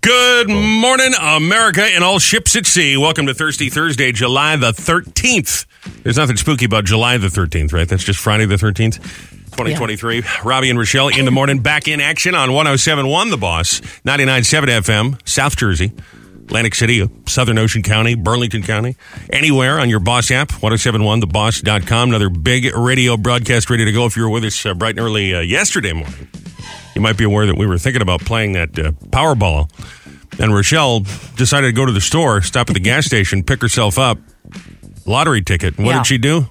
Good morning, America, and all ships at sea. Welcome to Thirsty Thursday, July the 13th. There's nothing spooky about July the 13th, right? That's just Friday the 13th, 2023. Robbie and Rochelle in the morning, back in action on 1071 The Boss, 997 FM, South Jersey, Atlantic City, Southern Ocean County, Burlington County, anywhere on your Boss app, 1071theboss.com. Another big radio broadcast ready to go if you were with us uh, bright and early uh, yesterday morning you might be aware that we were thinking about playing that uh, Powerball. And Rochelle decided to go to the store, stop at the gas station, pick herself up lottery ticket. And what Yeah. did she do?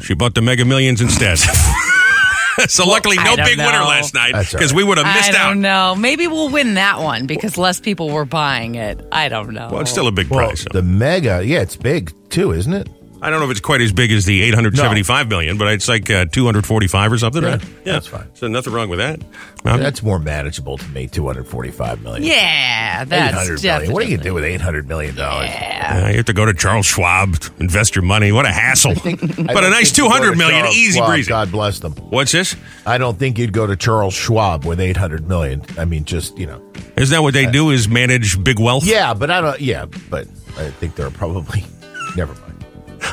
She bought the Mega Millions instead. so luckily, I no don't big winner know. last night That's all because right. we would have I missed out. don't know. Maybe we'll win that one because less people were buying it. I don't know. Well, it's still a big Well, price. so. the mega, yeah, it's big too, isn't it? I don't know if it's quite as big as the eight hundred seventy-five million, but it's like uh, 245 or something, Yeah, right? that's fine. So nothing wrong with that. Um, That's more manageable to me. Two hundred forty-five million. yeah, eight that's hundred million. What do definitely- you do with eight hundred million dollars? Uh, you have to go to Charles Schwab, to invest your money. What a hassle. but a nice 200 million, easy breezy. God bless them. What's this? I don't think you'd go to Charles Schwab with eight hundred million. I mean, just you know, Isn't that what they do is manage big wealth? yeah, but I don't. Yeah, but I think there are probably. Never mind.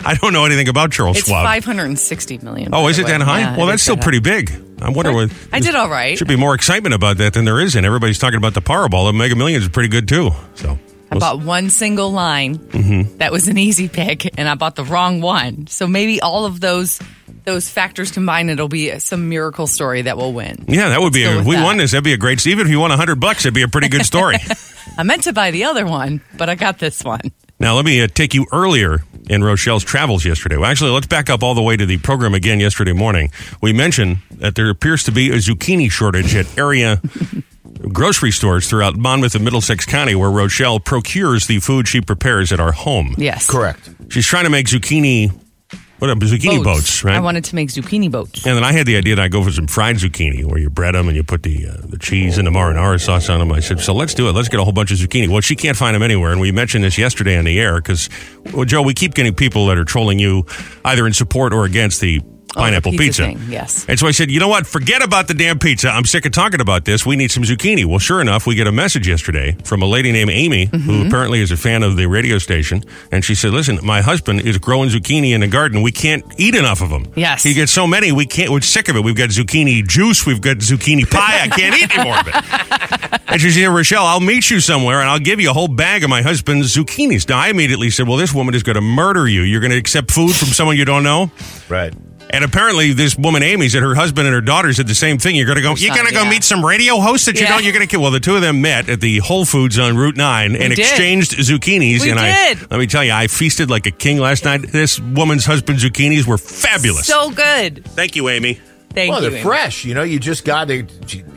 I don't know anything about Charles It's Schwab. 560 million. oh, by is the it way. that high? Yeah, well, it that's is still that pretty big. I wonder what. high. I did all right. Should be more excitement about that than there is, and everybody's talking about the Powerball. The Mega Millions is pretty good too. So, I bought one single line Mm-hmm. that was an easy pick, and I bought the wrong one. So maybe all of those those factors combined, it'll be some miracle story that will win. yeah, that would be. Let's A, go if with we that. won this. That'd be a great. Even if you won hundred bucks, it'd be a pretty good story. I meant to buy the other one, but I got this one. Now, let me uh, take you earlier in Rochelle's travels yesterday. Well, actually, let's back up all the way to the program again yesterday morning. We mentioned that there appears to be a zucchini shortage at area grocery stores throughout Monmouth and Middlesex County, where Rochelle procures the food she prepares at our home. Yes, Correct. She's trying to make zucchini, what are zucchini boats, right? I wanted to make zucchini boats. And then I had the idea that I go for some fried zucchini, where you bread them and you put the uh, the cheese and the marinara sauce on them. I said, so let's do it. Let's get a whole bunch of zucchini. Well, she can't find them anywhere, and we mentioned this yesterday on the air because, well, Joe, we keep getting people that are trolling you either in support or against the Oh, the pineapple pizza pizza. thing, yes. And so I said, you know what? Forget about the damn pizza. I'm sick of talking about this. We need some zucchini. Well, sure enough, we get a message yesterday from a lady named Amy, Mm-hmm. who apparently is a fan of the radio station, and she said, listen, my husband is growing zucchini in the garden. We can't eat enough of them. Yes. He gets so many, we can't. We're sick of it. We've got zucchini juice. We've got zucchini pie. I can't eat any more of it. And she said, Rochelle, I'll meet you somewhere and I'll give you a whole bag of my husband's zucchinis. Now, I immediately said, Well, this woman is going to murder you. You're going to accept food from someone you don't know. Right. And apparently, this woman Amy said her husband and her daughter said the same thing. You're going to go. You're going to go yeah. meet some radio host that you Yeah. don't. You're going to kill. Well, the two of them met at the Whole Foods on Route Nine and did. exchanged zucchinis. We and did. I let me tell you, I feasted like a king last night. This woman's husband's zucchinis were fabulous. So good. Thank you, Amy. Thank well, you. they're Amy. fresh. You know, you just got. They,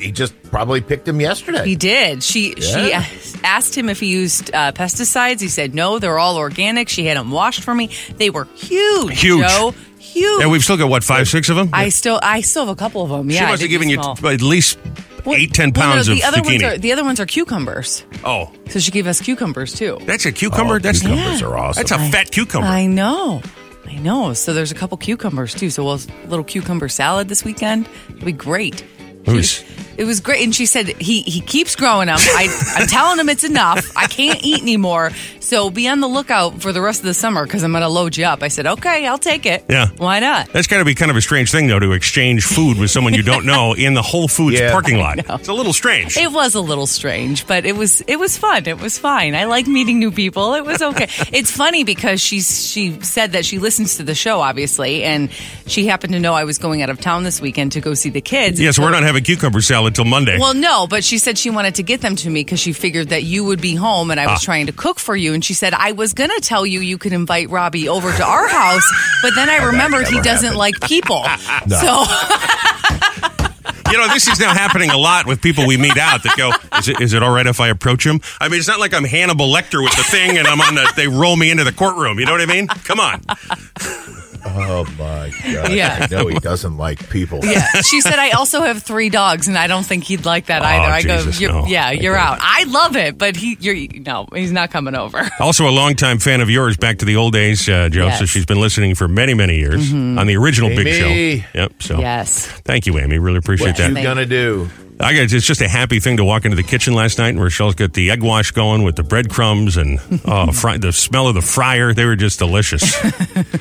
he just probably picked them yesterday. He did. She Yeah. she asked him if he used uh, pesticides. He said no. They're all organic. She had them washed for me. They were huge. Huge. Joe. Huge. And we've still got what five, six of them. I still I still have a couple of them. she yeah, I must have did given use you them all. t- at least eight, ten Well, no, pounds the of other ones zucchini. are the other ones are cucumbers. oh, So she gave us cucumbers too. that's a cucumber. that's cucumbers are Oh, awesome. That's a fat cucumber. I know. I know. So there's a couple cucumbers too. So we'll a little cucumber salad this weekend. It'll be great. It was- It was great, and she said he he keeps growing them. I, I'm telling him it's enough. I can't eat anymore, so be on the lookout for the rest of the summer because I'm going to load you up. I said, okay, I'll take it. Yeah. why not? That's got to be kind of a strange thing, though, to exchange food with someone you don't know in the Whole Foods Yeah. parking lot. It's a little strange. It was a little strange, but it was it was fun. It was fine. I like meeting new people. It was okay. it's funny because she's she said that she listens to the show, obviously, and she happened to know I was going out of town this weekend to go see the kids. yes, we're not having cucumber salad till Monday. Well, no, but she said she wanted to get them to me because she figured that you would be home and I Ah. was trying to cook for you. And she said, I was going to tell you you could invite Robbie over to our house, but then I remembered he never doesn't happened. like people. No. So, you know, this is now happening a lot with people we meet out that go, is it, is it all right if I approach him? I mean, it's not like I'm Hannibal Lecter with the thing and I'm on the, they roll me into the courtroom. You know what I mean? Come on. Oh my god! Yeah. I know he doesn't like people. yeah. She said, I also have three dogs and I don't think he'd like that Ah, Oh, either. I Jesus, go, "You're- no. yeah, you're out. I love it, but he, you're, no, he's not coming over. Also, a longtime fan of yours back to the old days, uh, Joe. So Yes. Mm-hmm. she's been listening for many, many years on the original Big Amy. Show. Yep. So Yes. thank you, Amy. Really appreciate What you that. gonna do? I guess it's just a happy thing to walk into the kitchen last night and Rochelle's got the egg wash going with the breadcrumbs and oh, fry, the smell of the fryer. They were just delicious.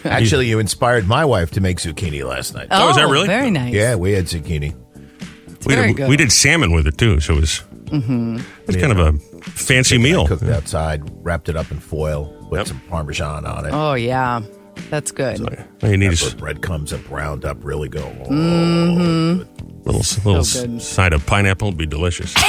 Actually, you inspired my wife to make zucchini last night. Oh, is that really? Very nice. Yeah, we had zucchini. we, very did, good. Mm-hmm. we did salmon with it too, so it was, it was kind of a fancy meal. Cooked outside, wrapped it up in foil, put Yep. some Parmesan on it. Oh yeah, that's good. All you need is Those breadcrumbs are browned up really go. Oh, good. little little So good. s- side of pineapple would be delicious. you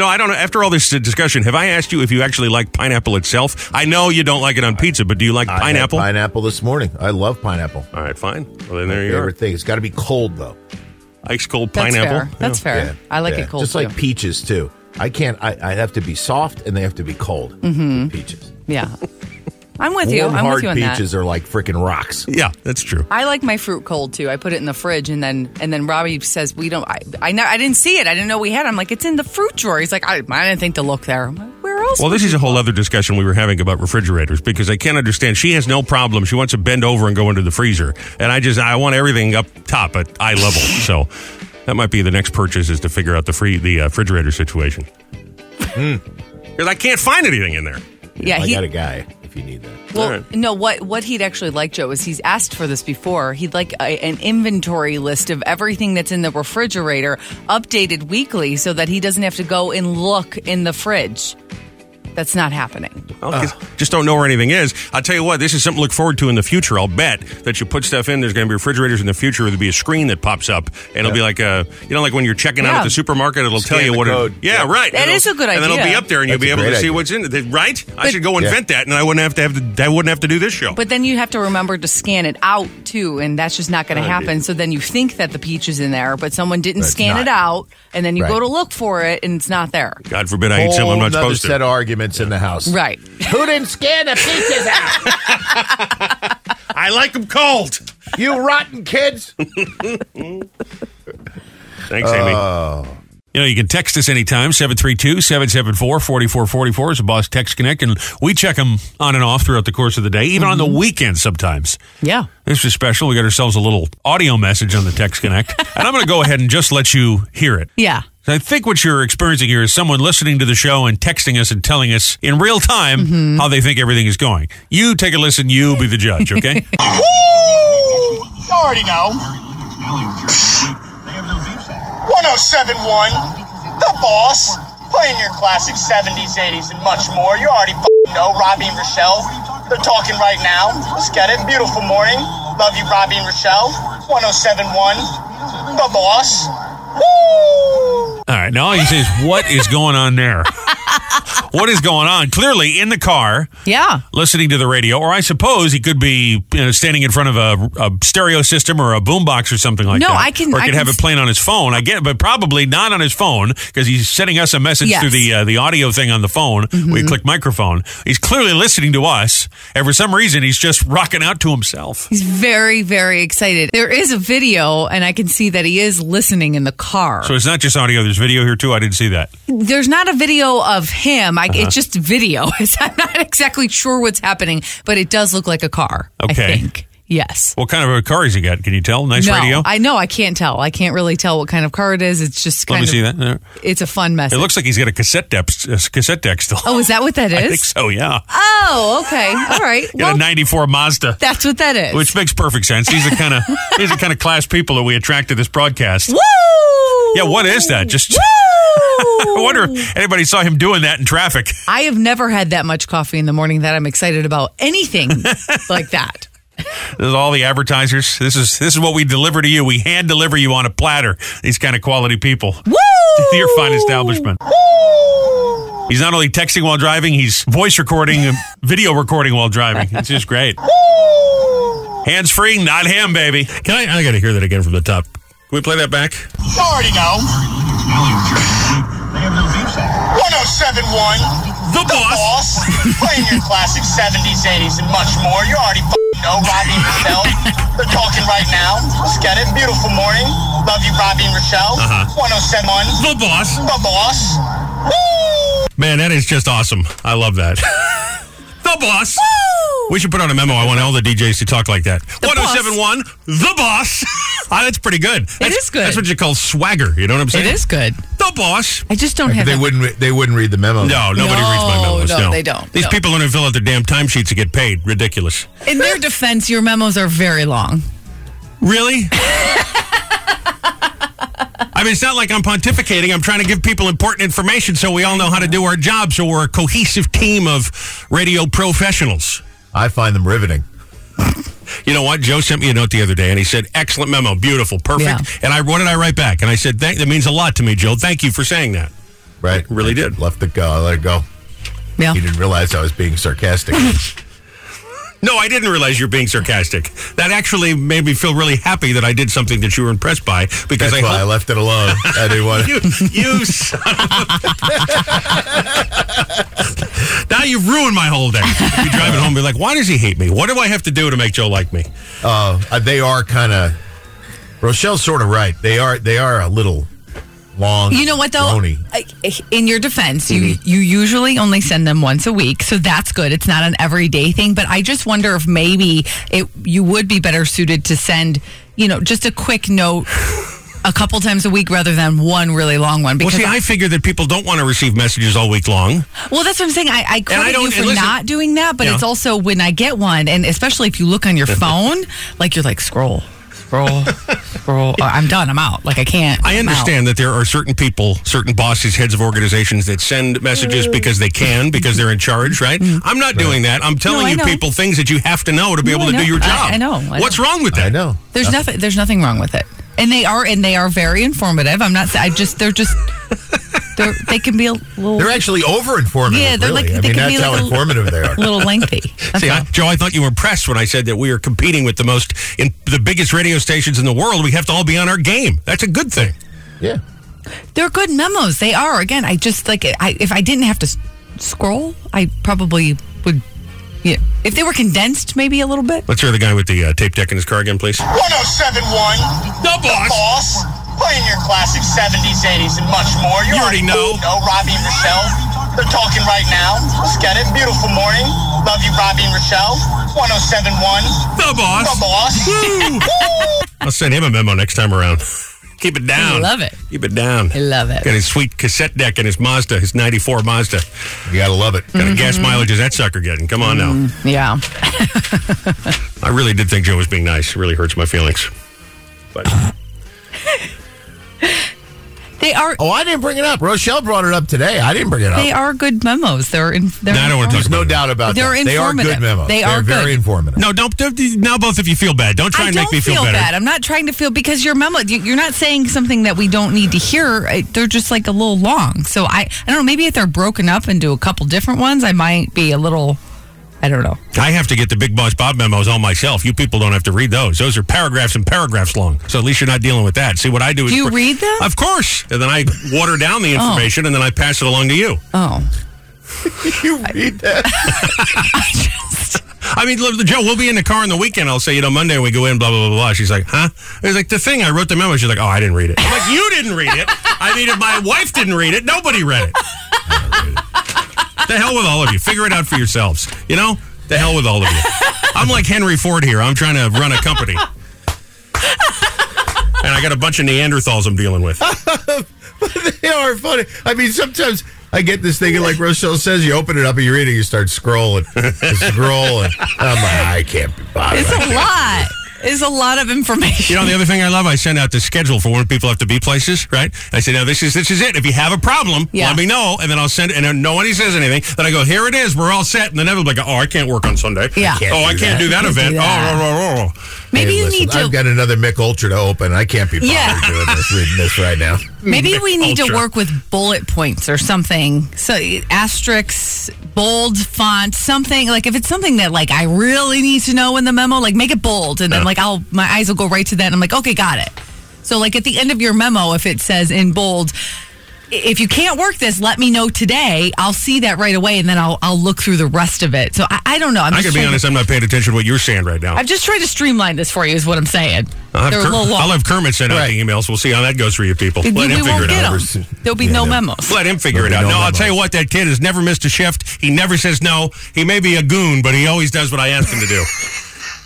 know, I don't know. After all this discussion, have I asked you if you actually like pineapple itself? I know you don't like it on pizza, but do you like I had pineapple? pineapple this morning. I love pineapple. all right, fine. Well, then there you Favorite are. thing. It's got to be cold though. Ice cold That's pineapple. fair. That's fair. Yeah. I like Yeah. it cold Just like too. peaches too. I can't. I, I have to be soft, and they have to be cold. Mm-hmm. Peaches. yeah, I'm with you. Warm, I'm hard with you on that. peaches are like freaking rocks. Yeah, that's true. I like my fruit cold too. I put it in the fridge, and then and then Robbie says we don't. I I, know, I didn't see it. I didn't know we had. it. I'm like it's in the fruit drawer. He's like I, I didn't think to look there. I'm like, where else? Well, would this you is a look? whole other discussion we were having about refrigerators because I can't understand. She has no problem. She wants to bend over and go into the freezer, and I just I want everything up top at eye level. so that might be the next purchase is to figure out the free the uh, refrigerator situation. Because I can't find anything in there. Yeah, I he, got a guy if you need that. Well, Alright. no. What what he'd actually like, Joe, is he's asked for this before. He'd like a, an inventory list of everything that's in the refrigerator, updated weekly, so that he doesn't have to go and look in the fridge. That's not happening. Well, Uh. 'cause Just don't know where anything is. I'll tell you what, this is something to look forward to in the future. I'll bet that you put stuff in, there's going to be refrigerators in the future. There'll be a screen that pops up, and it'll be like a, you know, like when you're checking out at Yeah. the supermarket, it'll Scan tell you the what code. it Yeah. Yeah, right. That And is a it'll- good And then it'll be idea. up there, and you'll That's be a able to great see idea. what's in it. Right? I But- should go invent that, and I wouldn't have to have the, I wouldn't have to do this show. But then you have to remember to scan it out too, and that's just not Oh, going to happen. So then you think that the peach is in there, but someone didn't That's scan not. it out, and then you Right. go to look for it, and it's not there. God forbid I eat something I'm Whole not nother supposed to. set of arguments in the house. Right. Who didn't scan the peaches out? I like them cold. you rotten kids. Thanks, Amy. Oh. You know, you can text us anytime, 732-774-4444 is the Boss Text Connect, and we check them on and off throughout the course of the day, even on the weekends sometimes. Yeah. This was special. We got ourselves a little audio message on the Text Connect, and I'm going to go ahead and just let you hear it. Yeah. I think what you're experiencing here is someone listening to the show and texting us and telling us in real time how they think everything is going. You take a listen, you be the judge, okay? Woo! You already know. 1071, The Boss, playing your classic 70s, 80s, and much more. You already f***ing know Robbie and Rochelle. They're talking right now. Let's get it. Beautiful morning. Love you, Robbie and Rochelle. 1071, The Boss. Woo! All right. Now all you say is, what is going on there? what is going on? Clearly in the car, Yeah. listening to the radio, or I suppose he could be you know, standing in front of a, a stereo system or a boombox or something like No, that. I can- Or he I could can have it s- playing on his phone. I get, it, but probably not on his phone because he's sending us a message Yes. Mm-hmm. through the uh, the audio thing on the phone. We click microphone. He's clearly listening to us, and for some reason, he's just rocking out to himself. He's very, very excited. There is a video, and I can see that he is listening in the car. So it's not just audio. There's video here too. I didn't see that. There's not a video of him. I, Uh-huh. It's just video. It's- I'm not exactly sure what's happening, but it does look like a car. Okay. I think. Yes. What kind of a car has he got? Can you tell? Nice no, radio. I know. I can't tell. I can't really tell what kind of car it is. It's just Let kind me of. see that. There. It's a fun message. It looks like he's got a cassette deck, a cassette deck still. oh, is that what that I is? think so. Yeah, Oh, okay. All right. got well, a '94 Mazda, that's what that is. which makes perfect sense. These are kind of these are kind of class people that we attract to this broadcast. Woo! Yeah, what is that? Just Woo! I wonder if anybody saw him doing that in traffic. I have never had that much coffee in the morning that I'm excited about anything like that. This is all the advertisers. This is this is what we deliver to you. We hand deliver you on a platter. These kind of quality people. Woo! Your fine establishment. He's not only texting while driving, he's voice recording, and video recording while driving. It's just great. Hands free, not him, baby. Can I? I got to hear that again from the top. Can we play that back? You already know. 1071, The boss. Boss, playing your classic 70s, 80s, and much more. You already f***ing know Robbie and Rochelle. They're talking right now. Let's get it. Beautiful morning. Love you, Robbie and Rochelle. Uh-huh. 1071, The boss. The Boss. Woo! Man, that is just awesome. I love that. the boss. We should put on a memo. I want all the DJs to talk like that. The boss. 1071, the boss. ah, that's pretty good. That's, is good. That's what you call swagger. You know what I'm It saying? is good. The boss. I just don't have They that- wouldn't. Re- they wouldn't read the memo. No, nobody No, reads my memos. no, they don't. These No. people don't even fill out their damn timesheets to get paid. Ridiculous. In their defense, your memos are very long. Really? I mean, it's not like I'm pontificating. I'm trying to give people important information so we all know how to do our job so we're a cohesive team of radio professionals. I find them riveting. You know what? Joe sent me a note the other day and he said, excellent memo, beautiful, perfect. Yeah. And I, what did I write back? And I said, Thank, that means a lot to me, Joe. Thank you for saying that. Right? Really did. Left it go. I let it go. Yeah. He didn't realize I was being sarcastic. No, I didn't realize you're being sarcastic. That actually made me feel really happy that I did something that you were impressed by because That's I why I hope left it alone. I didn't want. you, you son of a- Now you've ruined my whole day. You drive it home and be like, why does he hate me? What do I have to do to make Joe like me? Uh, uh, they are kind of. Rochelle's sort of right. They are. They are a little long. You know what though? Bony. I- In your defense, you Mm-hmm. you usually only send them once a week, so that's good. It's not an everyday thing, but I just wonder if maybe it you would be better suited to send, you know, just a quick note a couple times a week rather than one really long one. Well, Because see, I figure that people don't want to receive messages all week long. Well, that's what I'm saying. I, I credit don't- you and for listen- not doing that, but Yeah. it's also when I get one, and especially if you look on your phone, like you're like scroll, scroll, scroll. Uh, I'm done. I'm out. Like I can't. I I'm out. understand that there are certain people, certain bosses, heads of organizations that send messages Mm. because they can, because they're in charge, right? I'm not doing that. I'm telling No, I you know. people things that you have to know to be No, able to I do know. your I- job. I know, I What's know. wrong with that? I know. There's nothing. There's nothing wrong with it, and they are and they are very informative. I'm not. sa- I just they're just they're, they can be a little They're actually over informative. Yeah, they're really. like- I they mean, can that's be how like a- informative they are. little lengthy. That's See, I, all. Joe, I thought you were impressed when I said that we are competing with the most, in the biggest radio stations in the world. We have to all be on our game. That's a good thing. Yeah. they're good memos. They are. Again, I just like I, if I didn't have to s- scroll, I probably would. Yeah, if they were condensed, maybe a little bit. Let's hear the guy with the uh, tape deck in his car again, please. 1071. The boss. boss, playing your classic 70s, 80s, and much more. You already know. No, Robbie and Rochelle. They're talking right now. Let's get it. Beautiful morning. Love you, Robbie and Rochelle. 1071. The The boss. boss. I'll send him a memo next time around. Keep it down. I love it. Keep it down. I love it. Got his sweet cassette deck in his Mazda, his 94 Mazda. You gotta love it. Mm-hmm. Got a gas mileage is that sucker getting? Come on now. Yeah. I really did think Joe was being nice. It really hurts my feelings. But They are Oh, I didn't bring it up. Rochelle brought it up today. I didn't bring it up. they are good memos. They're in they're No, I don't wanna informative. talk There's no doubt about They're that. They are good informative. memos. They They're are very good. informative. no, don't, don't. Now both of you feel bad. Don't try I and don't make me feel, better. bad. I'm not trying to feel because your memo you- you're not saying something that we don't need to hear. I- They're just like a little long. So I I don't know, maybe if they're broken up into a couple different ones, I might be a little I don't know. I have to get the Big Boss Bob memos all myself. You people don't have to read those. Those are paragraphs and paragraphs long. So at least you're not dealing with that. See what I do is Do you read them? Of course. And then I water down the information and then I pass it along to you. Oh. you read that? I mean, look, Joe, we'll be in the car on the weekend. I'll say, you know, Monday we go in, blah, blah, blah, blah. She's like, huh? I was like, the thing, I wrote the memo. She's like, oh, I didn't read it. I'm like, you didn't read it. I mean, if my wife didn't read it, nobody read it. the hell with all of you. Figure it out for yourselves. You know? The hell with all of you. I'm like Henry Ford here. I'm trying to run a company. And I got a bunch of Neanderthals I'm dealing with. they are funny. I mean, sometimes I get this thing, and like Rochelle says, you open it up and you read it, you start scrolling, scrolling. I'm like, "Ah, I can't be bothered. It's I a can't. lot. It's a lot of You information. know, the other thing I love, I send out the schedule for when people have to be places, right? I say, now this is this is it. If you have a problem, Yeah. let me know, and then I'll send it. And then nobody says anything. Then I go, here it is. We're all set. And then everybody's like, oh, I can't work on Sunday. Yeah. oh, I can't do that Can't do event. that. Oh, oh, oh, oh. Maybe Hey, you listen, need to I've got another Mick Ultra to open. I can't be bothered Yeah. doing this, reading this right now. Maybe we need to Ultra. work with bullet points or something. So asterisks, bold font, something like if it's something that like I really need to know in the memo, like make it bold, and then Yeah. like I'll my eyes will go right to that, and I'm like, okay, got it. So like at the end of your memo, if it says in bold, if you can't work this, let me know today. I'll see that right away, and then I'll I'll look through the rest of it. So I, I don't know. I'm I just gotta be trying honest, To, I'm not paying attention to what you're saying right now. I'm just trying to streamline this for you. Is what I'm saying. I'll have, They're a Kerm- little long. I'll have Kermit send out Right. the emails. We'll see how that goes for you people. we Let him won't figure it get out. 'em. There'll be no memos. Let him figure it There'll out. be No, no I'll memos. tell you what, that kid has never missed a shift. He never says no. He may be a goon, but he always does what I ask him to do.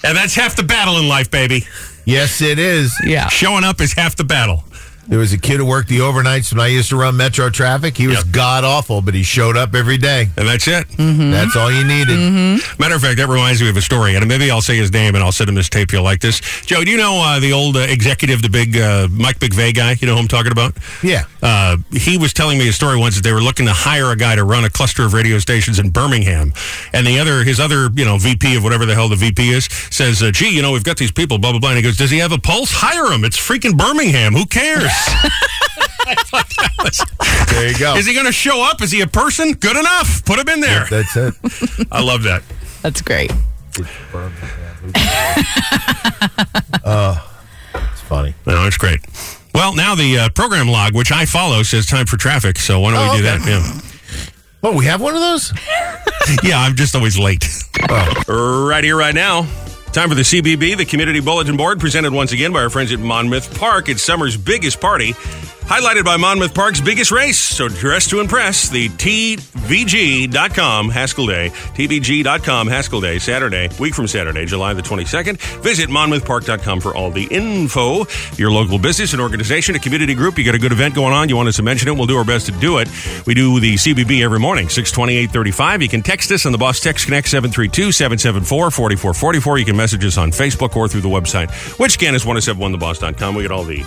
and that's half the battle in life, baby. Yes, it is. Yeah. Showing up is half the battle. There was a kid who worked the overnights when I used to run metro traffic. He was Yep. god awful, but he showed up every day. And that's it. Mm-hmm. That's all you needed. Matter of fact, that reminds me of a story, and maybe I'll say his name and I'll send him this tape. You'll like this, Joe. Do you know uh, the old uh, executive, the big uh, Mike McVeigh guy? You know who I'm talking about? Yeah. Uh, he was telling me a story once that they were looking to hire a guy to run a cluster of radio stations in Birmingham, and the other, his other, you know, VP of whatever the hell the VP is, says, uh, "Gee, you know, we've got these people, blah blah blah." And he goes, "Does he have a pulse? Hire him. It's freaking Birmingham. Who cares? There you go. is he going to show up? Is he a person? Good enough. Put him in there. That's it. I love that." That's great. It's funny. No, it's great. Well, now the uh, program log, which I follow, says time for traffic. So why don't Oh, we do okay. that? Oh, we have one of those? Yeah. yeah, I'm just always late. Oh. Right here, right now. Time for the CBB, the Community Bulletin Board, presented once again by our friends at Monmouth Park. It's summer's biggest party, highlighted by Monmouth Park's biggest race. So dress to impress. The TVG.com Haskell Day, TVG.com Haskell Day, Saturday, week from Saturday, July the 22nd. Visit monmouthpark.com for all the info. Your local business and organization, a community group, you got a good event going on, you want us to mention it, we'll do our best to do it. We do the CBB every morning, 62835. You can text us on the Boss Text Connect 732-774-4444. You can message us on Facebook or through the website, which again is 1071theboss.com. We get all the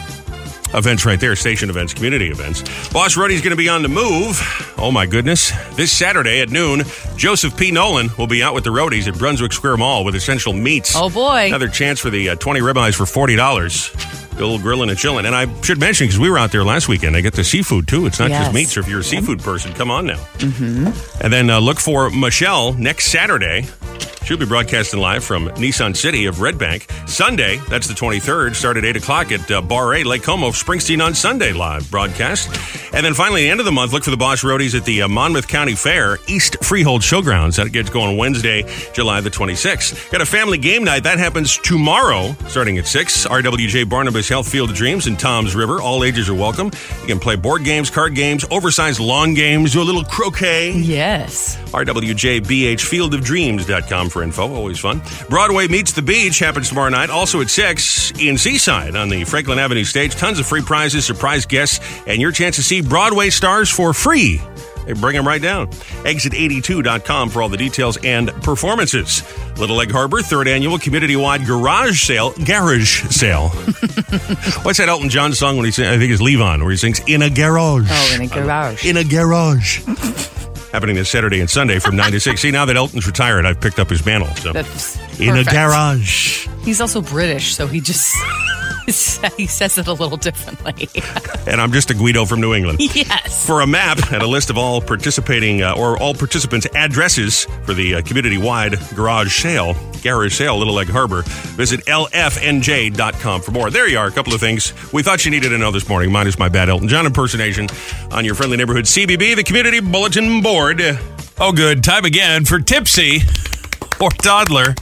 events right there, station events, community events. Boss Rudy's going to be on the move. Oh my goodness. This Saturday at noon, Joseph P. Nolan will be out with the roadies at Brunswick Square Mall with Essential Meats. Oh, boy. Another chance for the uh, 20 ribeyes for $40. Good old grilling and chilling. And I should mention, because we were out there last weekend, I get the seafood too. It's not just Yes. meats. Or if you're a seafood person, come on now. And then uh, look for Michelle next Saturday. She'll be broadcasting live from Nissan City of Red Bank. Sunday, that's the 23rd, start at 8 o'clock at uh, Bar A, Lake Como, Springsteen on Sunday live broadcast. And then finally, the end of the month, look for the Boss Roadies at the uh, Monmouth County Fair, East Freehold Showgrounds. That gets going Wednesday, July the 26th. Got a family game night. That happens tomorrow, starting at 6. RWJ Barnabas Health Field of Dreams in Tom's River. All ages are welcome. You can play board games, card games, oversized lawn games, do a little croquet. Yes. RWJBHfieldofdreams.com for info. Always fun. Broadway Meets the Beach happens tomorrow night, also at 6 in Seaside on the Franklin Avenue stage. Tons of free prizes, surprise guests, and your chance to see Broadway stars for free. They bring them right down. Exit82.com for all the details and performances. Little Egg Harbor, third annual community wide garage sale, garage sale. What's that Elton John song when he sings? I think it's Levon, where he sings In a Garage Oh, in a garage. in a garage. Happening this Saturday and Sunday from 9 to 6. See, now that Elton's retired, I've picked up his mantle. So. That's in a perfect. garage. He's also British, so he just he says it a little differently. And I'm just a Guido from New England. yes. For a map and a list of all participating uh, or all participants' addresses for the uh, community wide garage sale, garage sale, Little Egg Harbor, visit lfnj.com for more. There you are, a couple of things we thought you needed to know this morning, minus my bad Elton John impersonation on your friendly neighborhood CBB, the Community Bulletin Board. Oh, good. Time again for Tipsy or Toddler.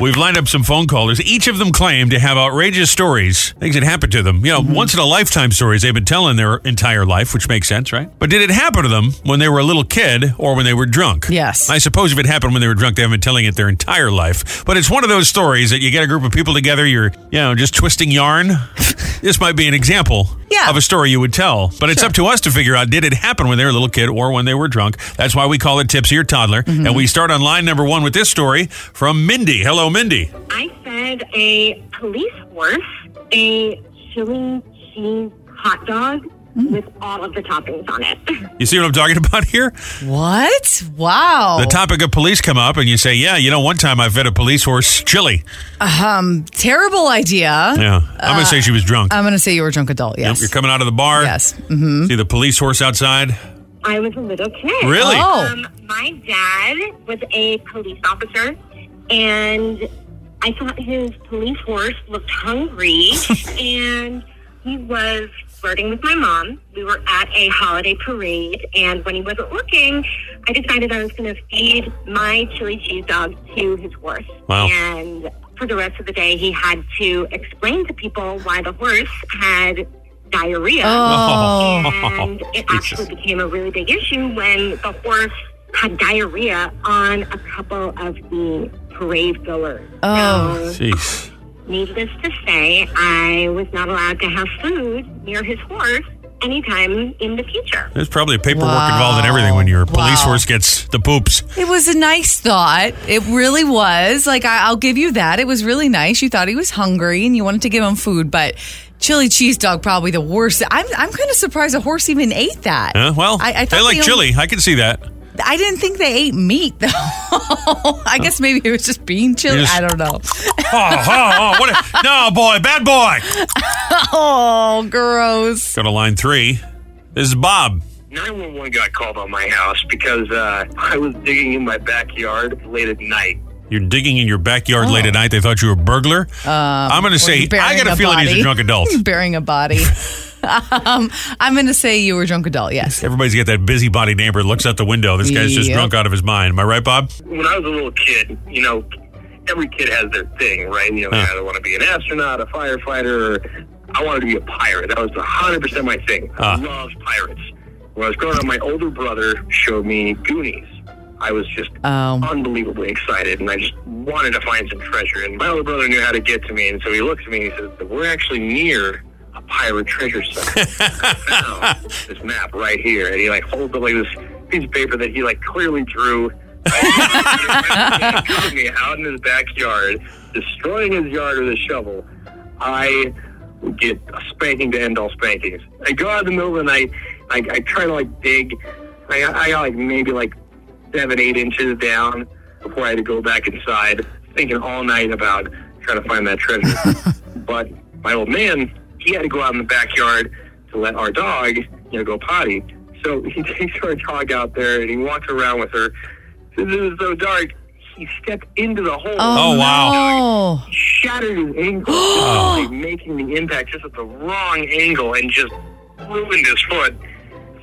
We've lined up some phone callers. Each of them claim to have outrageous stories, things that happened to them. You know, once in a lifetime stories they've been telling their entire life, which makes sense, right? But did it happen to them when they were a little kid or when they were drunk? Yes. I suppose if it happened when they were drunk, they haven't been telling it their entire life. But it's one of those stories that you get a group of people together, you're, you know, just twisting yarn. this might be an example Yeah. of a story you would tell. But it's up to us to figure out did it happen when they were a little kid or when they were drunk. That's why we call it tipsy or toddler. Mm-hmm. And we start on line number one with this story from Mindy. Hello, Mindy. I fed a police horse a chili cheese hot dog with all of the toppings on it. You see what I'm talking about here? What? Wow. The topic of police come up, and you say, "Yeah, you know, one time I fed a police horse chili." Um, Terrible idea. Yeah, I'm gonna say she was drunk. I'm going to say you were a drunk adult. Yes. You're coming out of the bar. Uh, Yes. Mm-hmm. See the police horse outside. I was a little kid. Really? Oh. Um, my dad was a police officer, and I thought his police horse looked hungry, and he was flirting with my mom. We were at a holiday parade, and when he wasn't looking, I decided I was going to feed my chili cheese dog to his horse. Wow. And for the rest of the day, he had to explain to people why the horse had diarrhea. Oh. Oh. And it actually became a really big issue when the horse had diarrhea on a couple of the parade goers. Oh. So, Jeez. Needless to say, I was not allowed to have food near his horse anytime in the future. There's probably paperwork involved in everything when your police Wow. horse gets the poops. It was a nice thought. It really was. Like, I, I'll give you that. It was really nice. You thought he was hungry and you wanted to give him food, but chili cheese dog, probably the worst. I'm, I'm kind of surprised a horse even ate that. Huh? Well, I, I they thought like only- chili. I can see that. Oh, I didn't think they ate meat, though. I guess maybe it was just bean chili. Yes. I don't know. Oh, oh, oh, what a, no, boy, bad boy. Oh, gross. Go to line three. This is Bob. 911 got called on my house because uh, I was digging in my backyard late at night. You're digging in your backyard Oh. late at night. They thought you were a burglar. I'm going to Or say, you I Uh, burying got a feeling he's a body. drunk adult. burying a body. um, I'm going to say you were a drunk adult, yes. Everybody's got that busybody neighbor that looks out the window. This guy's just Yep. drunk out of his mind. Am I right, Bob? When I was a little kid, you know, every kid has their thing, right? You know, Huh. I either want to be an astronaut, a firefighter, or I wanted to be a pirate. That was 100% my thing. Ah. I loved pirates. When I was growing up, my older brother showed me Goonies. I was just Um, unbelievably excited, and I just wanted to find some treasure. And my older brother knew how to get to me, and so he looked at me and he says, "We're actually near a pirate treasure site. I found this map right here." And he like holds up like this piece of paper that he like clearly drew. he drew me out in his backyard, destroying his yard with a shovel. I would get a spanking to end all spankings. I go out in the middle of the night. I, I try to like dig. I, I got like maybe like seven, eight inches down before I had to go back inside, thinking all night about trying to find that treasure. but my old man, he had to go out in the backyard to let our dog, you know, go potty. So he takes our dog out there and he walks around with her. Since it was so dark, he stepped into the hole Oh, wow. Oh, shattered his ankle, just, like, making the impact just at the wrong angle and just ruined his foot.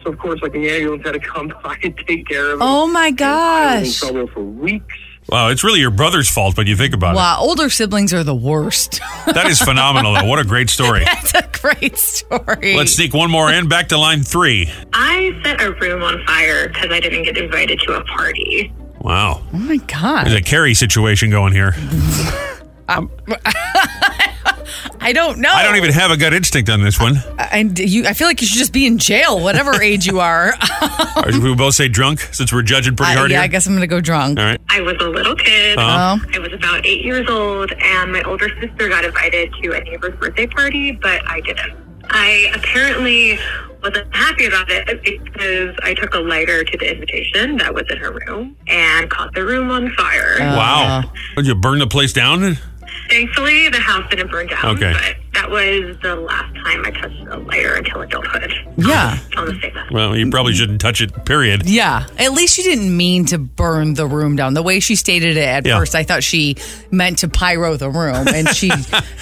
So of course, like the ambulance had to come by and take care of him. oh my I was gosh. in trouble for weeks. Wow, it's really your brother's fault when you think about Wow, older siblings are the worst. it. That is phenomenal, though. What a great story. That's a great story. Let's sneak one more in. Back to line three. I set a room on fire because I didn't get invited to a party. Wow. oh my god! There's a carry situation going here. I don't know. I don't even have a gut instinct on this one. And you, I feel like you should just be in jail, whatever age you are. Or should we both say drunk since we're judging pretty I, hard Uh, yeah, I here. guess I'm gonna go drunk. All right. I was a little kid. Uh-huh. I was about eight years old, and my older sister got invited to a neighbor's birthday party, but I didn't. I apparently wasn't happy about it because I took a lighter to the invitation that was in her room and caught the room on fire. Uh. Uh-huh. Wow. Did you burn the place down? Thankfully, the house didn't burn down, Okay. but that was the last time I touched a lighter until adulthood. Yeah, I'll just say that. Well, you probably shouldn't touch it, period. Mm-hmm. yeah. At least you didn't mean to burn the room down. The way she stated it at Yeah. first, I thought she meant to pyro the room, and she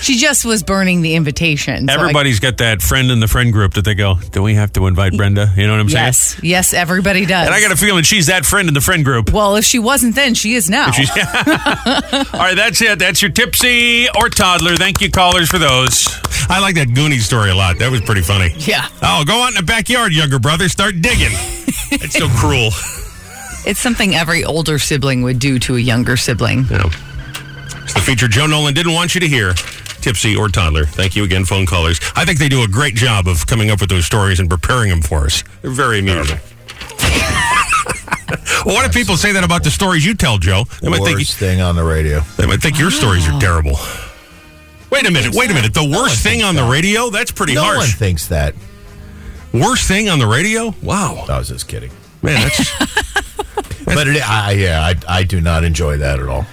she just was burning the invitation. So I- Everybody's got that friend in the friend group that they go, Do we have to invite Brenda? You know what I'm saying? yes, yes, everybody does. And I got a feeling she's that friend in the friend group. well, if she wasn't then, she is now. She's- All right, that's it. That's your tipsy or toddler. Thank you, callers, for those. I like that Goonie story a lot. That was pretty funny. Yeah. Oh, go out in the backyard, younger brother. Start digging. It's so cruel. It's something every older sibling would do to a younger sibling. It's the feature Joe Nolan didn't want you to hear. Tipsy or toddler. Thank you again, phone callers. I think they do a great job of coming up with those stories and preparing them for us. They're very amusing. well, what if people say that about the stories you tell, Joe? They might think, Worst thing on the radio. they might think your stories are terrible. Wait a minute. Wait a minute. The worst thing on the radio? That's pretty No one harsh. thinks that. Worst thing on the radio? Wow. I was just kidding. Man, that's. But it, I, yeah, I, I do not enjoy that at all.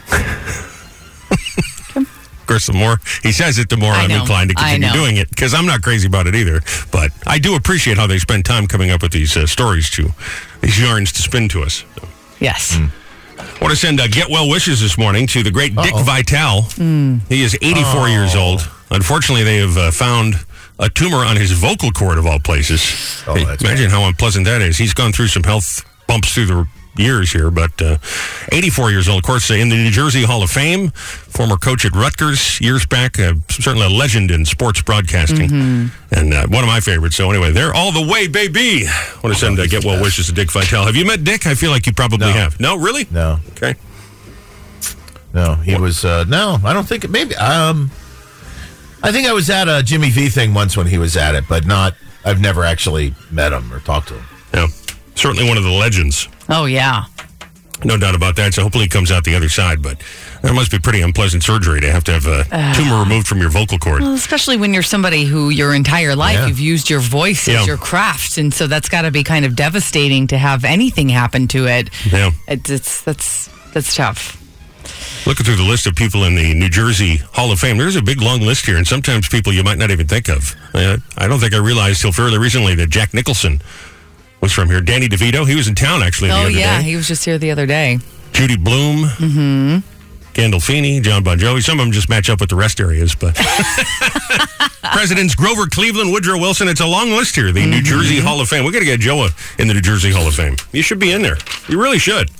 Of course, the more he says it, the more I'm know. inclined to I continue know. doing it because I'm not crazy about it either. But I do appreciate how they spend time coming up with these uh, stories to, these yarns to spin to us. Yes. Hmm. want to send uh, get well wishes this morning to Hmm. the Oh. great Dick Vitale. He is 84 years old. Unfortunately, they have uh, found a tumor on his vocal cord of all places. Oh, that's Imagine how unpleasant that is. He's gone through some health bumps through the years here, but uh, 84 years old, of course, uh, in the New Jersey Hall of Fame, former coach at Rutgers years back, uh, certainly a legend in sports broadcasting, Mm-hmm. and uh, one of my favorites. So anyway, they're all the way, baby. want to send uh, get well wishes to Dick Vitale. Have you met Dick? I feel like you probably No. have. No, really? No, Okay. no, he was uh, no. I don't think maybe. Um, I think I was at a Jimmy V thing once when he was at it, but not. I've never actually met him or talked to him. Yeah. Certainly one of the legends. Oh, yeah. No doubt about that. So hopefully it comes out the other side. But that must be pretty unpleasant surgery to have to have a tumor removed from your vocal cord. Well, especially when you're somebody who your entire life Yeah. you've used your voice Yeah. as your craft. And so that's got to be kind of devastating to have anything happen to it. Yeah. It's, it's, that's, that's tough. Looking through the list of people in the New Jersey Hall of Fame, there's a big long list here, and sometimes people you might not even think of. Uh, I don't think I realized till fairly recently that Jack Nicholson was from here. Danny DeVito, he was in town actually the Oh, other yeah. day. He was just here the other day. Judy Bloom, mm-hmm. Gandolfini, John Bon Jovi. Some of them just match up with the rest areas, but Presidents Grover Cleveland, Woodrow Wilson. It's a long list here. The New Mm-hmm. Jersey Hall of Fame. We got to get Joa in the New Jersey Hall of Fame. You should be in there. You really should.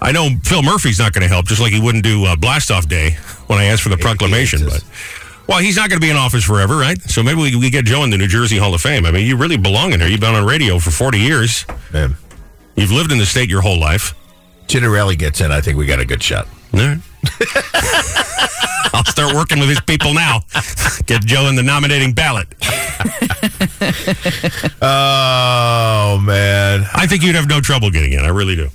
I know Phil Murphy's not going to help, just like he wouldn't do uh, Blast Off Day when I asked for the proclamation. hates us. But well, he's not going to be in office forever, right? So maybe we, we get Joe in the New Jersey Hall of Fame. I mean, you really belong in there. You've been on radio for forty years. Man, You've lived in the state your whole life. Ginnerelli gets in. I think we got a good shot. All right. I'll start working with his people now. Get Joe in the nominating ballot. Oh man, I think you'd have no trouble getting in. I really do.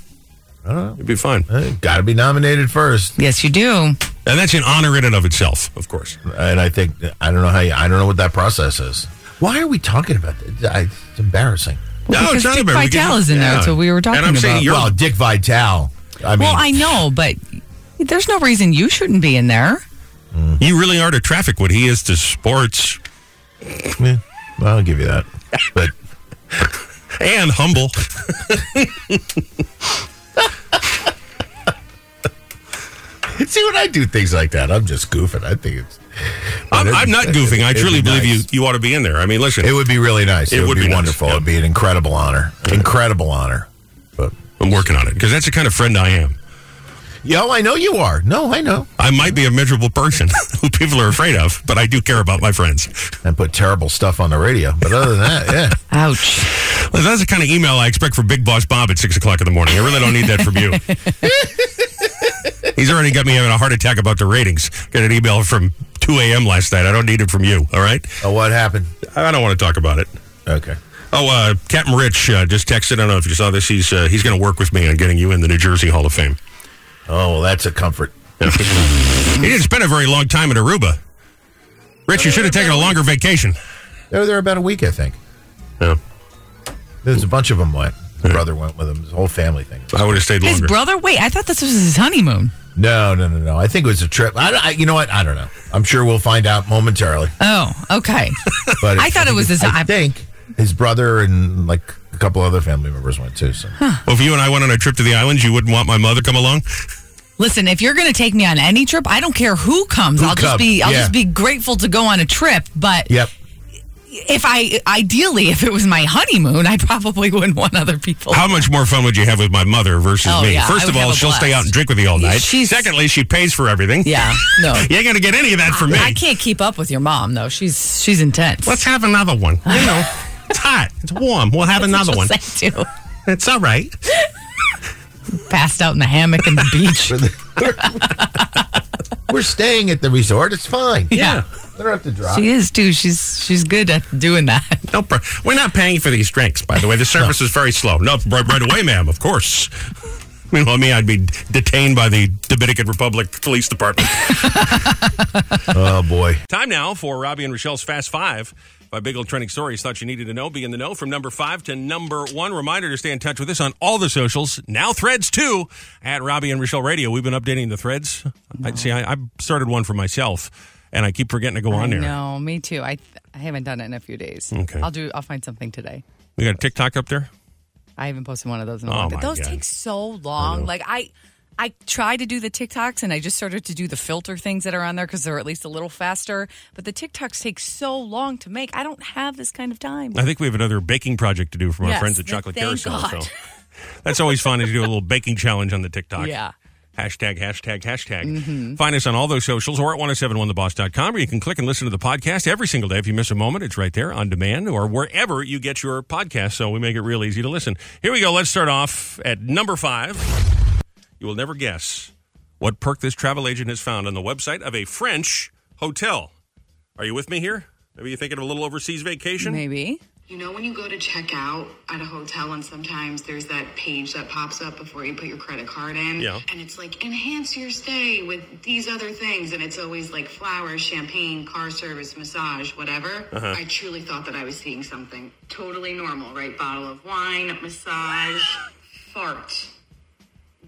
Uh-huh. You'd be fine. got to be nominated first. Yes, you do. And that's an honor in and of itself, of course. And I think I don't know how you, I don't know what that process is. Why are we talking about that? I, it's embarrassing. no, because Dick embarrassing. Vitale is in there. That's what we were talking and I'm Saying about. you're, Uh, well, Dick Vitale. I mean, Well, I know, but there's no reason you shouldn't be in there. you really are to traffic what he is to sports yeah, well, I'll give you that. But and humble. see, when I do things like that, I'm just goofing. I think it's. I'm, I'm not goofing. I It'd be truly believe nice. you, you ought to be in there. I mean, listen, It would be really nice. It, would, be, nice, wonderful. yeah. It'd be an incredible honor. Incredible honor. But I'm working on it because that's the kind of friend I am. yo, I know you are. No, I know. I might be a miserable person who people are afraid of, but I do care about my friends. And put terrible stuff on the radio. But other than that, yeah. Ouch. Well, that's the kind of email I expect from Big Boss Bob at six o'clock in the morning. I really don't need that from you. He's already got me having a heart attack about the ratings. Got an email from two a.m. last night. I don't need it from you. All right, Oh, what happened? I don't want to talk about it. Okay. Oh, uh, Captain Rich uh, just texted. I don't know if you saw this. He's uh, he's going to work with me on getting you in the New Jersey Hall of Fame. Oh, well, that's a comfort. he didn't spend a very long time in Aruba. Rich, you should have taken a longer vacation. They were there about a week, I think. Yeah, There's a bunch of them went. His brother went with him. His whole family thing. I would have stayed His longer. brother? Wait, I thought this was his honeymoon. No, no, no, no. I think it was a trip. I, I- you know what? I don't know. I'm sure we'll find out momentarily. Oh, okay. But I thought it was his- I I- think his brother and like a couple other family members went too. So well, if you and I went on a trip to the islands, you wouldn't want my mother come along. Listen, if you're going to take me on any trip, I don't care who comes. Who I'll come, just be I'll yeah. just be grateful to go on a trip, but yep. if I ideally if it was my honeymoon, I probably wouldn't want other people. How much more fun would you have with my mother versus Oh, me? yeah, First I of would all, have a she'll stay blast. out and drink with you all night. She's- Secondly, she pays for everything. Yeah, no. You ain't going to get any of that from me. I can't keep up with your mom though. She's she's intense. Let's have another one. You know, it's hot, it's warm. We'll have another one. That's what I do. It's all right. Passed out in the hammock and the beach. We're staying at the resort. It's fine. yeah. They don't have to drive. She is too. She's she's good at doing that. No, pro- we're not paying for these drinks, by the way. The service is very slow. No, right, right away, ma'am. Of course. Meanwhile, me, I'd be detained by the Dominican Republic Police Department. Oh boy. Time now for Robbie and Rochelle's Fast Five. By Big Old Trending Stories. Thought you needed to know. Be in the know from number five to number one. Reminder to stay in touch with us on all the socials. Now threads too at Robbie and Rochelle Radio. We've been updating the threads. I see. I, I started one for myself, and I keep forgetting to go on there. No, me too. I th- I haven't done it in a few days. Okay. I'll do. I'll find something today. We got a TikTok up there. I haven't posted one of those in a Oh long time. my Those God. take so long. like I, I try to do the TikToks and I just started to do the filter things that are on there because they're at least a little faster. But the TikToks take so long to make. I don't have this kind of time. I think we have another baking project to do from our Yes, friends at th- Chocolate thank Carousel. God. So that's always fun is to do a little baking challenge on the TikTok. Yeah. Mm-hmm. Hashtag, hashtag, hashtag. Find us on all those socials or at 1071theboss.com, or you can click and listen to the podcast every single day. If you miss a moment, it's right there on demand or wherever you get your podcast. So we make it real easy to listen. Here we go. Let's start off at number five. You will never guess what perk this travel agent has found on the website of a French hotel. Are you with me here? Maybe you're thinking of a little overseas vacation? Maybe. You know, when you go to check out at a hotel, and sometimes there's that page that pops up before you put your credit card in. Yeah. And it's like, enhance your stay with these other things. And it's always like flowers, champagne, car service, massage, whatever. I truly thought that I was seeing something totally normal, right? Bottle of wine, massage, fart.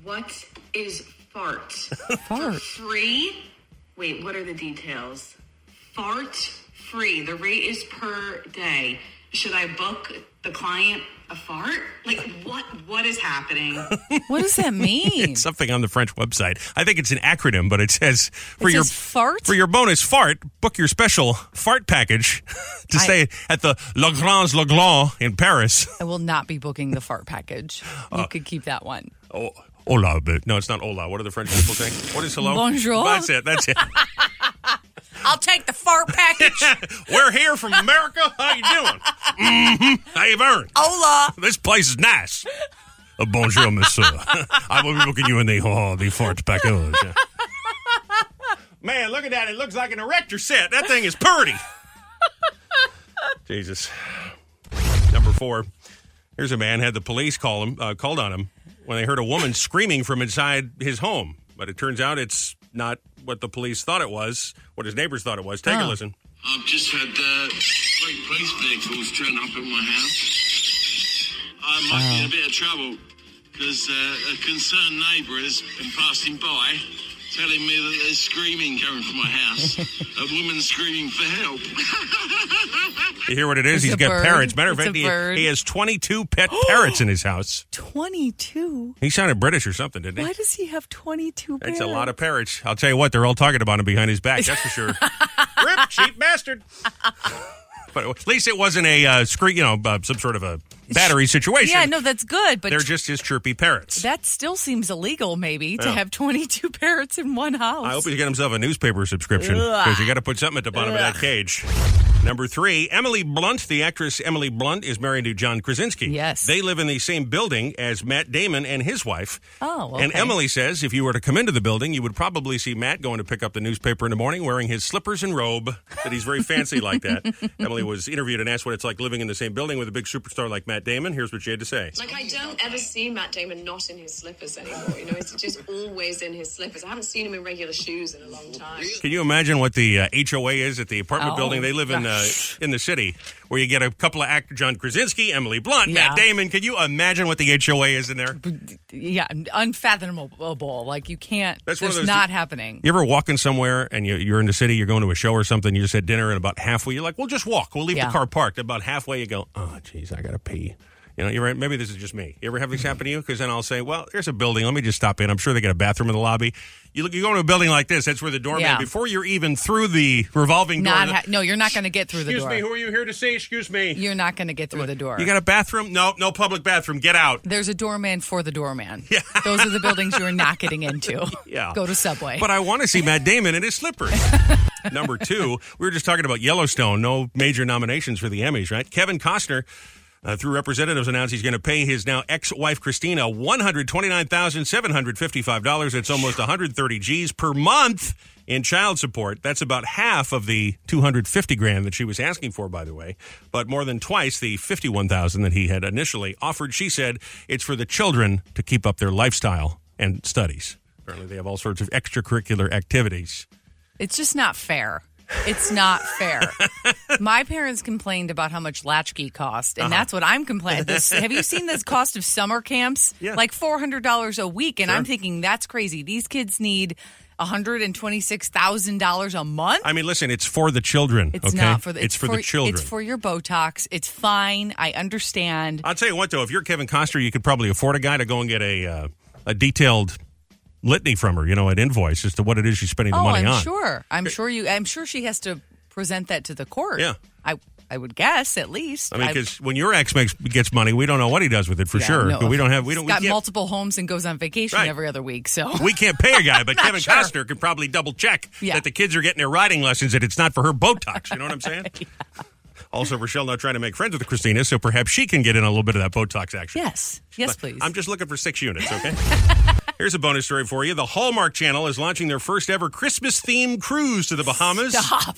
What is fart? Fart. Free? Wait, what are the details? Fart free. The rate is per day. Should I book the client a fart? Like what what is happening? What does that mean? It's something on the French website. I think it's an acronym, but it says for It your says fart? for your bonus fart, book your special fart package to I- stay at the La Grange La Glan in Paris. I will not be booking the fart package. You Uh. could keep that one. Oh, hola, but no, it's not hola. What do the French people say? What is hello? Bonjour. That's it. That's it. I'll take the fart package. We're here from America. How you doing? hmm How you earned? Hola. This place is nice. Uh, bonjour, monsieur. I will be looking you in the oh, the fart package. Man, look at that. It looks like an erector set. That thing is purty. Jesus. Number four. Here's a man had the police call him uh, called on him when they heard a woman screaming from inside his home, but it turns out it's not what the police thought it was, what his neighbors thought it was. Take a listen. I've just had uh, three police vehicles turn up at my house. I might be in a bit of trouble because uh, a concerned neighbour has been passing by telling me that there's screaming coming from my house. a woman screaming for help. You hear what it It's is? He's a got bird. parrots. Matter of It's a fact, he, bird. he has 22 pet parrots in his house. 22? He sounded British or something, didn't he? Why does he have 22 That's a lot of parrots. I'll tell you what, they're all talking about him behind his back, that's for sure. Rip, cheap bastard. but at least it wasn't a uh, screen, you know, uh, some sort of a battery situation. Yeah, no, that's good, but They're just his chirpy parrots. that still seems illegal, maybe, to Yeah. have 22 parrots in one house. I hope he's got himself a newspaper subscription because you got to put something at the bottom of that cage. Number three, Emily Blunt, the actress Emily Blunt, is married to John Krasinski. Yes. They live in the same building as Matt Damon and his wife. Oh, And okay. Emily says if you were to come into the building, you would probably see Matt going to pick up the newspaper in the morning wearing his slippers and robe, that he's very fancy like that. Emily was interviewed and asked what it's like living in the same building with a big superstar like Matt Damon. Here's what she had to say. like I don't ever see Matt Damon not in his slippers anymore. You know, he's just always in his slippers. I haven't seen him in regular shoes in a long time. Can you imagine what the uh, HOA is at the apartment Oh, building they live in uh, gosh. in the city, where you get a couple of actors, John Krasinski, Emily Blunt, Yeah. Matt Damon? Can you imagine what the HOA is in there? yeah, unfathomable. Like, you can't. That's That's one of there's those- not happening. You ever walking somewhere and you, you're in the city, you're going to a show or something, you're just at dinner and about halfway, you're like, we'll just walk. We'll leave the Yeah. car parked. About halfway, you go, oh, geez, I got to pee. You know, you're right. Maybe this is just me. You ever have this happen to you? Because then I'll say, well, there's a building. Let me just stop in. I'm sure they got a bathroom in the lobby. You look, you go into a building like this, that's where the doorman, Yeah. before you're even through the revolving door, Not the- ha- no, you're not going to get through the Excuse door. me, who are you here to see? Excuse me. You're not going to get through the door. You got a bathroom? No, no public bathroom. Get out. There's a doorman for the doorman. Yeah. Those are the buildings you're not getting into. Yeah. Go to Subway. But I want to see Matt Damon in his slippers. Number two, we were just talking about Yellowstone. No major nominations for the Emmys, right? Kevin Costner, uh, through representatives, announced he's going to pay his now ex-wife Christina one hundred twenty-nine thousand seven hundred fifty-five dollars. It's almost one hundred thirty G's per month in child support. That's about half of the two hundred fifty grand that she was asking for, by the way, but more than twice the fifty-one thousand that he had initially offered. She said it's for the children to keep up their lifestyle and studies. Apparently, they have all sorts of extracurricular activities. It's just not fair. It's not fair. My parents complained about how much latchkey cost, and Uh-huh. that's what I'm complaining. This, have you seen this cost of summer camps? Yeah. Like four hundred dollars a week, and I'm Sure. thinking that's crazy. These kids need one hundred and twenty six thousand dollars a month. I mean, listen, it's for the children. it's okay? not for the. It's, for, the children. It's for your Botox. It's fine. I understand. I'll tell you what, though, if you're Kevin Costner, you could probably afford a guy to go and get a uh, a detailed litany from her, you know, an invoice as to what it is she's spending the oh, money I'm on. sure. I'm sure you. I'm sure she has to present that to the court. Yeah. I I would guess at least. I mean, because when your ex makes gets money, we don't know what he does with it for Yeah, sure. no. But we don't have we don't we got can't, multiple homes and goes on vacation Right. every other week. So we can't pay a guy. But not Kevin sure. Costner could probably double check Yeah. that the kids are getting their riding lessons and it's not for her Botox. You know what I'm saying? Also, Rochelle now trying to make friends with Christina, so perhaps she can get in a little bit of that Botox action. yes, yes, But please. I'm just looking for six units, okay? Here's a bonus story for you. The Hallmark Channel is launching their first ever Christmas themed cruise to the Bahamas. Stop. Oh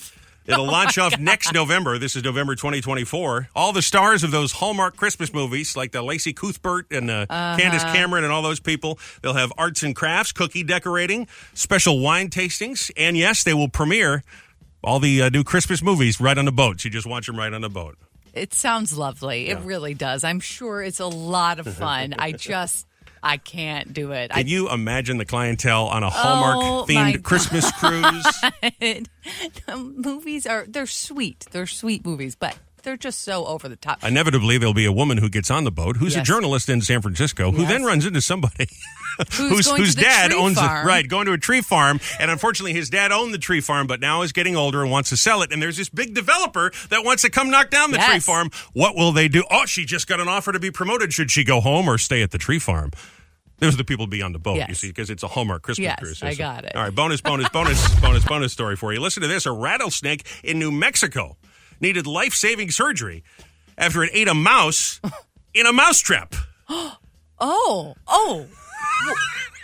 It'll launch off next November. This is November 2024. All the stars of those Hallmark Christmas movies, like the Lacey Cuthbert and uh, Uh-huh. Candace Cameron and all those people, they'll have arts and crafts, cookie decorating, special wine tastings, and yes, they will premiere all the uh, new Christmas movies right on the boat. So you just watch them right on the boat. It sounds lovely. It really does. I'm sure it's a lot of fun. I just I can't do it. Can I Oh you imagine the clientele on a Hallmark my themed God. Christmas cruise? the movies are they're sweet. They're sweet movies, but they're just so over the top. Inevitably, there'll be a woman who gets on the boat who's a Yes. journalist in San Francisco who then Yes. runs into somebody Who's whose, going to whose the dad tree owns farm. a right going to a tree farm and unfortunately his dad owned the tree farm but now is getting older and wants to sell it and there's this big developer that wants to come knock down the tree Yes. farm what will they do oh she just got an offer to be promoted should she go home or stay at the tree farm those are the people to be on the boat, you Yes. see, because it's a Hallmark Christmas Yes, cruise. I isn't got it. All right, bonus, bonus, bonus, bonus, bonus story for you. Listen to this: a rattlesnake in New Mexico needed life-saving surgery after it ate a mouse in a mousetrap. Oh, oh.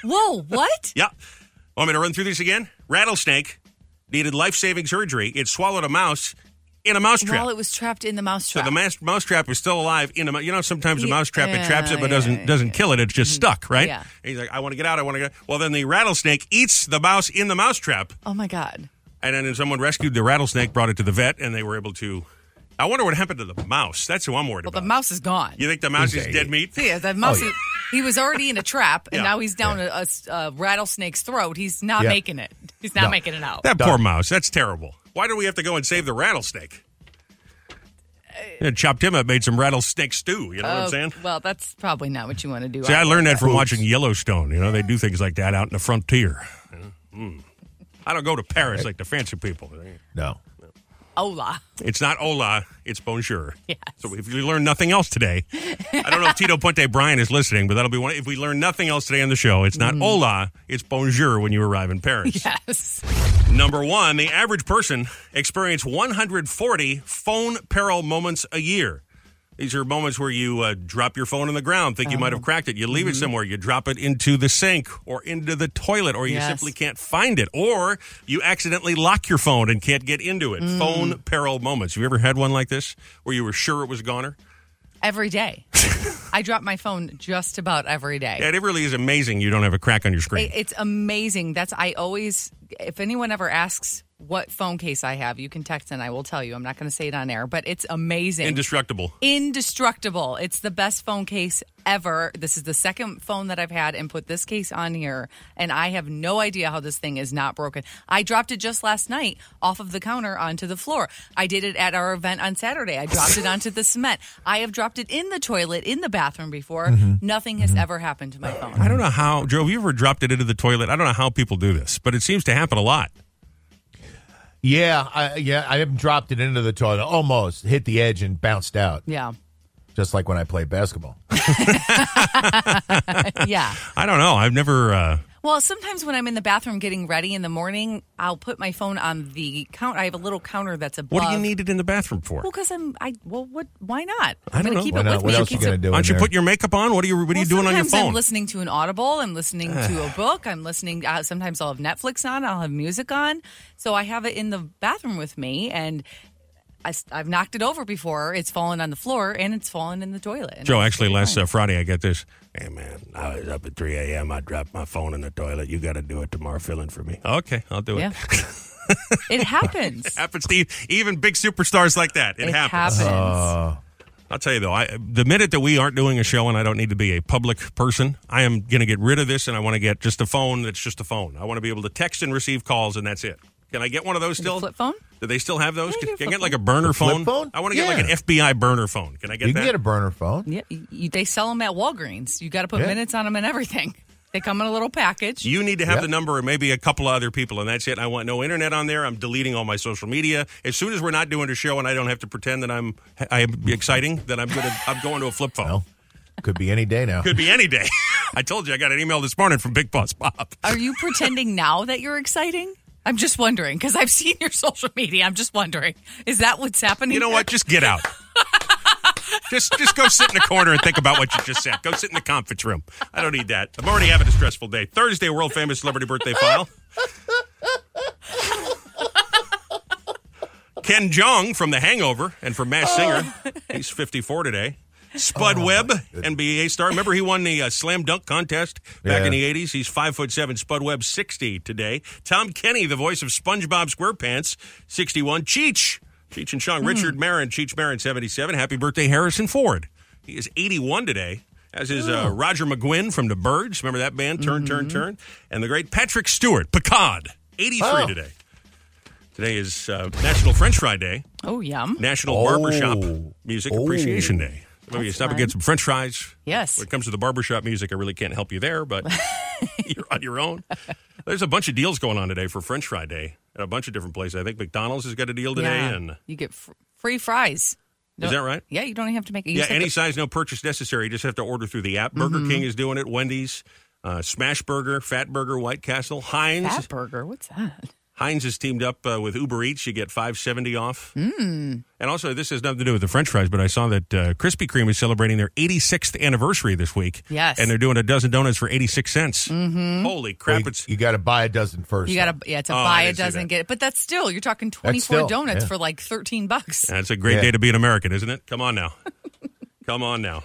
Whoa, what? Yeah. Want me to run through this again? Rattlesnake needed life saving surgery. It swallowed a mouse in a mousetrap. While it was trapped in the so mousetrap. the mouse, mousetrap was still alive in a mou- you know sometimes a Yeah, mousetrap it traps it but yeah, Mm. doesn't doesn't kill it it's just stuck right Yeah. And he's like I want to get out I want to get out. well then the rattlesnake eats the mouse in the mousetrap oh my god. and then someone rescued the rattlesnake brought it to the vet and they were able to I wonder what happened to the mouse that's who I'm worried Well, the about mouse is gone. you think the mouse is dead meat Yeah, the mouse. is- He was already in a trap, and Oh, Yeah. now he's down a- a, s- a rattlesnake's throat. He's not Yeah. making it. He's not making it out. That poor mouse. That's terrible. Why do we have to go and save the rattlesnake? Yeah, chopped him up, made some rattlesnake stew. You know what I'm Oh, saying? Well, that's probably not what you want to do. See, I either. learned that from watching Yellowstone. You know, they do things like that out in the frontier. You know? Mm. I don't go to Paris like the fancy people. No. Ola. It's not hola, it's bonjour. So if you learn nothing else today, I don't know if Tito Puente Bryan is listening, but that'll be one. If we learn nothing else today on the show, it's not hola, it's bonjour when you arrive in Paris. Yes. Number one, the average person experiences 140 phone peril moments a year. These are moments where you uh, drop your phone on the ground, think you Oh. might have cracked it. You leave Mm-hmm. it somewhere, you drop it into the sink or into the toilet, or you Yes. simply can't find it, or you accidentally lock your phone and can't get into it. Mm. Phone peril moments. Have you ever had one like this where you were sure it was goner? Every day. I drop my phone just about every day. Yeah, it really is amazing you don't have a crack on your screen. It- It's amazing. That's I always. If anyone ever asks what phone case I have, you can text and I will tell you. I'm not going to say it on air, but it's amazing. Indestructible. Indestructible. It's the best phone case ever. This is the second phone that I've had and put this case on here and I have no idea how this thing is not broken. I dropped it just last night off of the counter onto the floor. I did it at our event on Saturday. I dropped it onto the cement. I have dropped it in the toilet in the bathroom before. Mm-hmm. Nothing has ever happened to my phone. I don't know how, Joe, have you ever dropped it into the toilet? I don't know how people do this, but it seems to happen a lot. Yeah, I, yeah, I haven't dropped it into the toilet. Almost hit the edge and bounced out, Yeah. just like when I played basketball. Yeah. I don't know. I've never. Uh, Well, sometimes when I'm in the bathroom getting ready in the morning, I'll put my phone on the count. I have a little counter that's above. what do you need it in the bathroom for? Well, because I'm. I well, what? Why not? I I'm don't gonna know. Keep Why it not? with what me. else you Keep gonna it- do? Why in don't you there? put your makeup on? What are you? What are you Well, doing on your sometimes phone? I'm listening to an Audible. I'm listening to a book. I'm listening. Uh, sometimes I'll have Netflix on. I'll have music on. So I have it in the bathroom with me, and I, have knocked it over before. It's fallen on the floor and it's fallen in the toilet. And Joe, it's actually, totally last fine. uh, Friday I got this. Hey man, I was up at 3 a.m. I dropped my phone in the toilet. You got to do it tomorrow. Fill in for me. Okay, I'll do it. Yeah. it happens. happens to e- even big superstars like that. It, It happens. Uh-huh. Uh, happens. I'll tell you though, I, the minute that we aren't doing a show and I don't need to be a public person, I am going to get rid of this and I want to get just a phone that's just a phone. I want to be able to text and receive calls and that's it. Can I get one of those still? flip phone? Do they still have those? Yeah, Can, your can I flip get like a burner flip phone? phone? I want to get like Yeah. an FBI burner phone. Can I get You that? can get a burner phone. Yeah, you, they sell them at Walgreens. You got to put Yeah. minutes on them and everything. They come in a little package. You need to have the number and maybe a couple of other people, and that's it. I want no internet on there. I'm deleting all my social media. As soon as we're not doing a show and I don't have to pretend that I'm I'm exciting, then I'm gonna I'm going to a flip phone. Could be any day now. Could be any day. I told you I got an email this morning from Big Boss Bob. Are you pretending now that you're exciting? I'm just wondering because I've seen your social media. I'm just wondering, is that what's happening? You know what? Just get out. just just go sit in the corner and think about what you just said. Go sit in the conference room. I don't need that. I'm already having a stressful day. Thursday, world famous celebrity birthday file. Ken Jong from The Hangover and from Mass Oh. Singer. He's 54 today. Spud Webb, NBA star. Remember, he won the uh, slam dunk contest back in Yeah. the 80s. He's five foot seven. Spud Webb, 60 today. Tom Kenny, the voice of SpongeBob SquarePants, 61. Cheech, Cheech and Hmm. Chong. Richard Marin, Cheech Marin, 77. Happy birthday, Harrison Ford. He is 81 today. As is uh, Roger McGuinn from The Birds. Remember that band? Turn, turn, Mm-hmm. turn. And the great Patrick Stewart, Picard, 83 Oh. today. Today is uh, National French Fry Day. Oh, yum. National Oh. Barbershop Music Oh. Appreciation Day. Maybe you stop and get some French fries. Yes. When it comes to the barbershop music, I really can't help you there, but you're on your own. There's a bunch of deals going on today for French Fry Day at a bunch of different places. I think McDonald's has got a deal today, Yeah. and you get fr- free fries. No- that right? Yeah, you don't even have to make it. You Mm-hmm. yeah, just have any to- size, no purchase necessary. You just have to order through the app. Burger King is doing it. Wendy's, uh, Smash Burger, Fat Burger, White Castle, Heinz. Fat burger. What's that? Heinz has teamed up uh, with Uber Eats. You get five seventy off. Mm. Hmm. And also, this has nothing to do with the French fries, but I saw that uh, Krispy Kreme is celebrating their 86th anniversary this week. Yes. and they're doing a dozen donuts for 86 cents. Mm-hmm. Holy crap! you it's got to buy a dozen first. You got to, yeah, to Oh, I buy didn't it see doesn't that. get it. But that's still, you're talking 24 still, donuts yeah. for like 13 bucks. that's a great Yeah. day to be an American, isn't it? Come on now, come on now.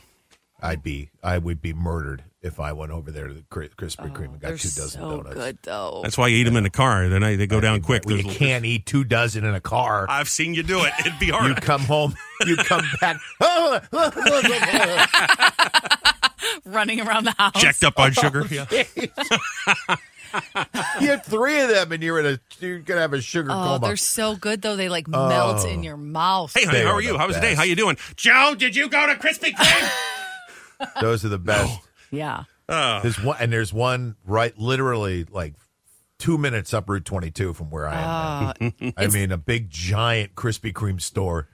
I'd be. I would be murdered if I went over there to the Kri- Krispy Kreme and got Oh, They're two dozen so donuts. good, though. That's why you eat them in the car. Then I, they go down quick. Well, Those you little- can't eat two dozen in a car. I've seen you do it. It'd be hard. You come home. You come back. Running around the house. Jacked up on Oh, sugar. Yeah. you have three of them, and you're in a. You're gonna have a sugar Oh, coma. they're so good, though. They like melt Oh. in your mouth. Hey, honey, They how are are you? the How was the day? best. How you doing? Joe, did you go to Krispy Kreme? Those are the best. Yeah. Uh. There's one, and there's one right, literally like two minutes up Route 22 from where I am. Uh, now. I mean, a big giant Krispy Kreme store.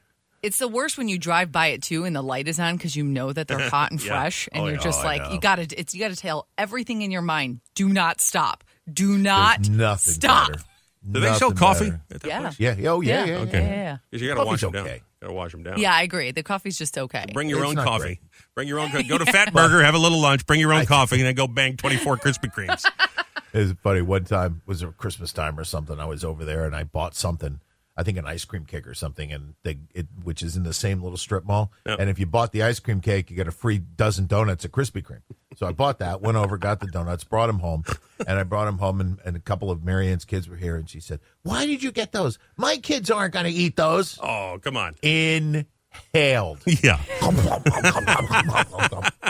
It's the worst when you drive by it too, and the light is on because you know that they're hot and Yeah. fresh, and Oh, you're yeah. just Oh, I like, know. you gotta, it's you gotta tell everything in your mind. Do not stop. Do not There's nothing stop. better. Do they sell Nothing coffee? better. at that Yeah. place? Yeah. yeah, Oh yeah. Yeah. Yeah. yeah, Okay. Yeah, yeah, yeah. 'Cause you got to wash Coffee's them down. okay. Got to wash them down. Yeah, I agree. The coffee's just okay. Bring your It's own not coffee. great. Bring your own. Co- go to Fat Burger, have a little lunch. Bring your own coffee, and then go bang twenty four Krispy Kremes. It was funny. One time it was a Christmas time or something. I was over there and I bought something. I think an ice cream cake or something, and they it which is in the same little strip mall. And if you bought the ice cream cake, you get a free dozen donuts at Krispy Kreme. So I bought that, went over, got the donuts, brought them home, and I brought them home. And, and a couple of Marianne's kids were here, and she said, "Why did you get those? My kids aren't going to eat those." Oh, come on. Inhaled. Yeah.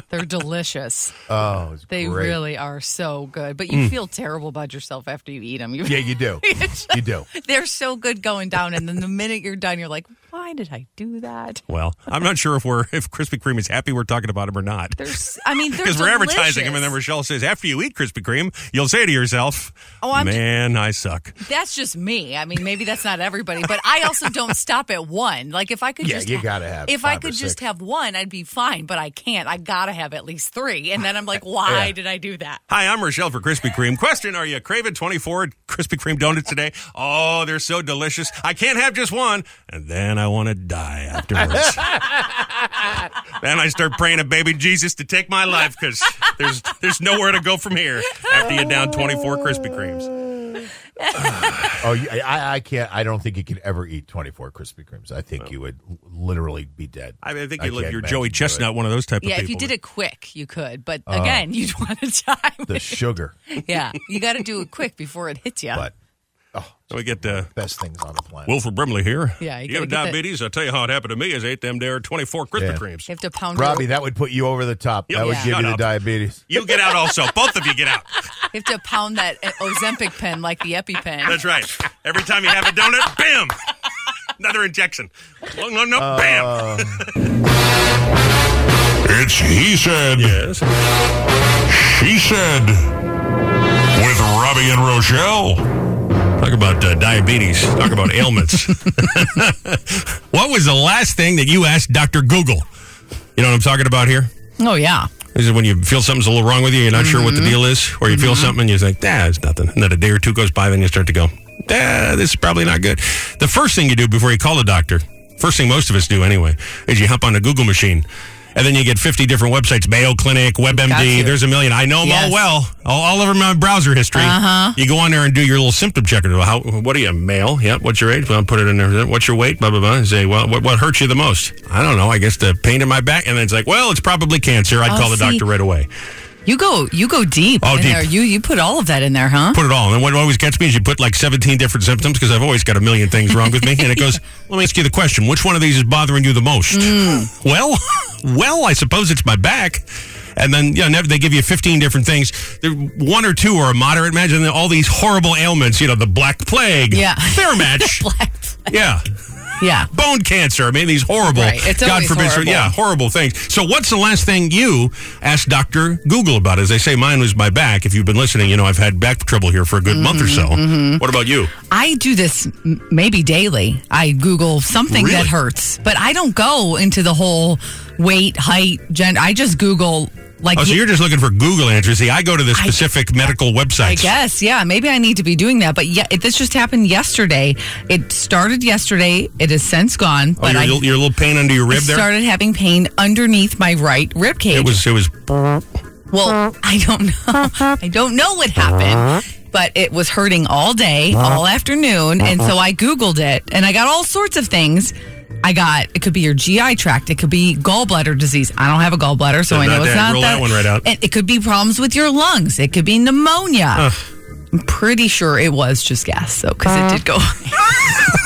They're delicious. Oh, it's They great. really are so good. But you Mm. feel terrible about yourself after you eat them. You, Yeah, you do. you do. They're so good going down, and then the minute you're done, you're like, why did I do that? Well, I'm not sure if we're if Krispy Kreme is happy we're talking about him or not. There's, I mean, Because we're advertising him, and then Rochelle says, after you eat Krispy Kreme, you'll say to yourself, Oh, I'm- man, I suck. that's just me. I mean, maybe that's not everybody, but I also don't stop at one. Like if I could Yeah, just you gotta have if I five or could just six. have one, I'd be fine. But I can't. I gotta have at least three, and then I'm like, why Yeah. did I do that? Hi, I'm Rochelle for Krispy Kreme. Question Are you craving 24 Krispy Kreme donuts today? Oh, they're so delicious. I can't have just one. And then I want to die afterwards. then I start praying to baby Jesus to take my life because there's, there's nowhere to go from here after you're down 24 Krispy Kremes. Oh, you- I, I can't. I don't think you could ever eat 24 Krispy Kremes. I think you would l- literally be dead. I, mean, I think you can't look, you're imagine Joey doing it. Chestnut, one of those type Yeah, of if people. you did it quick, you could. But again, you'd want to time. Uh, The sugar, yeah, you got to do it quick before it hits you. but So we get uh, best things on the planet. Wilfred Brimley here. Yeah, you you, gotta get have that- diabetes? I'll tell you how it happened to me is I ate them there 24 Krispy Yeah. Kremes. you have to pound. Robbie, your, that would put you over the top. Yeah, that would yeah. give shut you the up. diabetes. You get out also. Both of you get out. you have to pound that Ozempic pen like the EpiPen. That's right. Every time you have a donut, bam! Another injection. No, no, no, bam! It's he said, Yes. She Said with Robbie and Rochelle. Talk about uh, diabetes. Talk about ailments. what was the last thing that you asked Dr. Google? You know what I'm talking about here? Oh, yeah. This is when you feel something's a little wrong with you, you're not sure what Mm-hmm. the deal is, or you feel something and you think, nah, it's nothing. And then a day or two goes by, then you start to go, nah, this is probably not good. The first thing you do before you call a doctor, first thing most of us do anyway, is you hop on a Google machine. And then you get 50 different websites Mayo Clinic, E WebMD, you. there's a million. I know them all Yes. well, all, all over my browser history. Uh-huh. You go on there and do your little symptom checker. Well, How, what are you, male? Yep. What's your age? Well, put it in there. What's your weight? Blah, blah, blah. And say, well, what, what hurts you the most? I don't know. I guess the pain in my back. And then it's like, well, it's probably cancer. I'd Oh, call the see. doctor right away. You go you go deep Oh, in deep. there. You you put all of that in there, huh? put it all. And what always gets me is you put like 17 different symptoms because I've always got a million things wrong with me. And it goes, let me ask you the question which one of these is bothering you the most? Hmm. Well, well, I suppose it's my back. And then, you know, never- they give you 15 different things. There- One or two are a moderate match, and then all these horrible ailments, you know, the black plague, Yeah. fair match. yeah. Yeah. Bone cancer. I mean, these horrible, Right. It's God always forbid, horrible. yeah, horrible things. So, what's the last thing you asked Doctor Google about? As they say, mine was my back. If you've been listening, you know I've had back trouble here for a good month Mm-hmm, or so. What about you? I do this m- maybe daily. I Google something Really? that hurts, but I don't go into the whole weight, height, gender. I just Google like Oh, so you're just looking for Google answers. See, I go to the specific medical websites. I guess, yeah. Maybe I need to be doing that. But yeah, it, this just happened yesterday. It started yesterday. It has since gone. Oh, But your, I your little pain under your I rib there. started having pain underneath my right rib cage. It was. It was. Well, Uh-huh. I don't know. I don't know what happened, but it was hurting all day, Uh-huh. all afternoon. And so I Googled it and I got all sorts of things. I got it could be your GI tract, it could be gallbladder disease. I don't have a gallbladder, so Yeah, I know not it's that- not rule that one right out. And it could be problems with your lungs, it could be pneumonia. I'm pretty sure it was just gas, so because Uh-huh. it did go.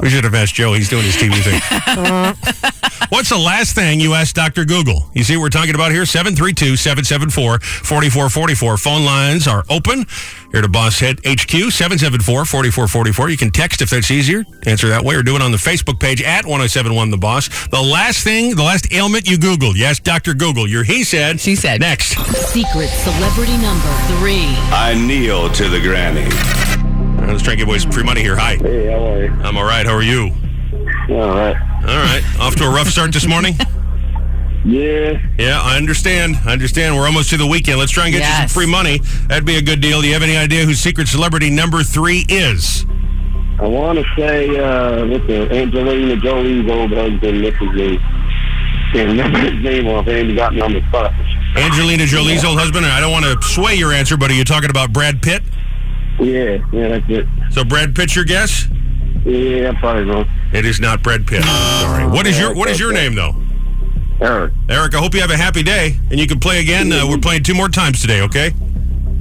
We should have asked Joe. He's doing his TV thing. What's the last thing you asked Dr. Google? You see what we're talking about here? 732 774 4444. Phone lines are open here to Boss Head HQ 774 4444. You can text if that's easier. Answer that way or do it on the Facebook page at 1071 The Boss. The last thing, the last ailment you Googled. Yes, Dr. Google. Your he said. She said. Next. Secret celebrity number three. I kneel to the granny. All right, let's try and give away some free money here. Hi. Hey, how are you? I'm all right. How are you? All right. All right. Off to a rough start this morning. Yeah. Yeah, I understand. I understand. We're almost to the weekend. Let's try and get you Yes. some free money. That'd be a good deal. Do you have any idea who secret celebrity number three is? I want to say, uh, what's the Angelina Jolie's old husband, what's his name? Can't remember his name off. I ain't got me on the spot. Angelina Jolie's old husband. And I don't want to sway your answer, but are you talking about Brad Pitt? Yeah, yeah, that's it. So Brad Pitt's your guess? Yeah, I'm probably wrong. It is not Brad Pitt. Sorry. What is your What is your name though? Eric. Eric, I hope you have a happy day, and you can play again. Uh, we're playing two more times today. Okay.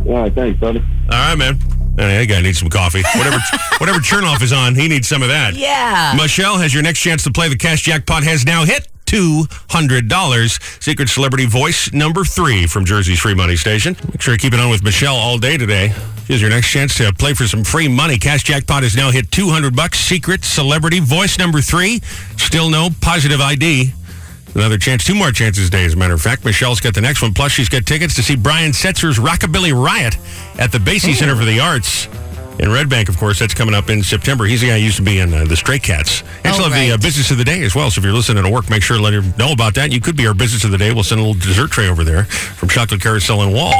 All right, thanks, buddy. All right, man. All right, that guy needs some coffee. Whatever, whatever Chernoff is on, he needs some of that. yeah. Michelle has your next chance to play. The cash jackpot has now hit $200. Secret celebrity voice number three from Jersey's Free Money Station. Make sure you keep it on with Michelle all day today. Here's your next chance to play for some free money. Cash jackpot has now hit 200 bucks. Secret celebrity voice number three. Still no positive ID. Another chance, two more chances today, as a matter of fact. Michelle's got the next one. Plus, she's got tickets to see Brian Setzer's Rockabilly Riot at the Basie Center for the Arts in Red Bank, of course. That's coming up in September. He's the guy who used to be in uh, the Stray Cats. And still Oh, have the uh, right. Business of the Day as well. So if you're listening to work, make sure to let her know about that. You could be our Business of the Day. We'll send a little dessert tray over there from Chocolate Carousel and Wall.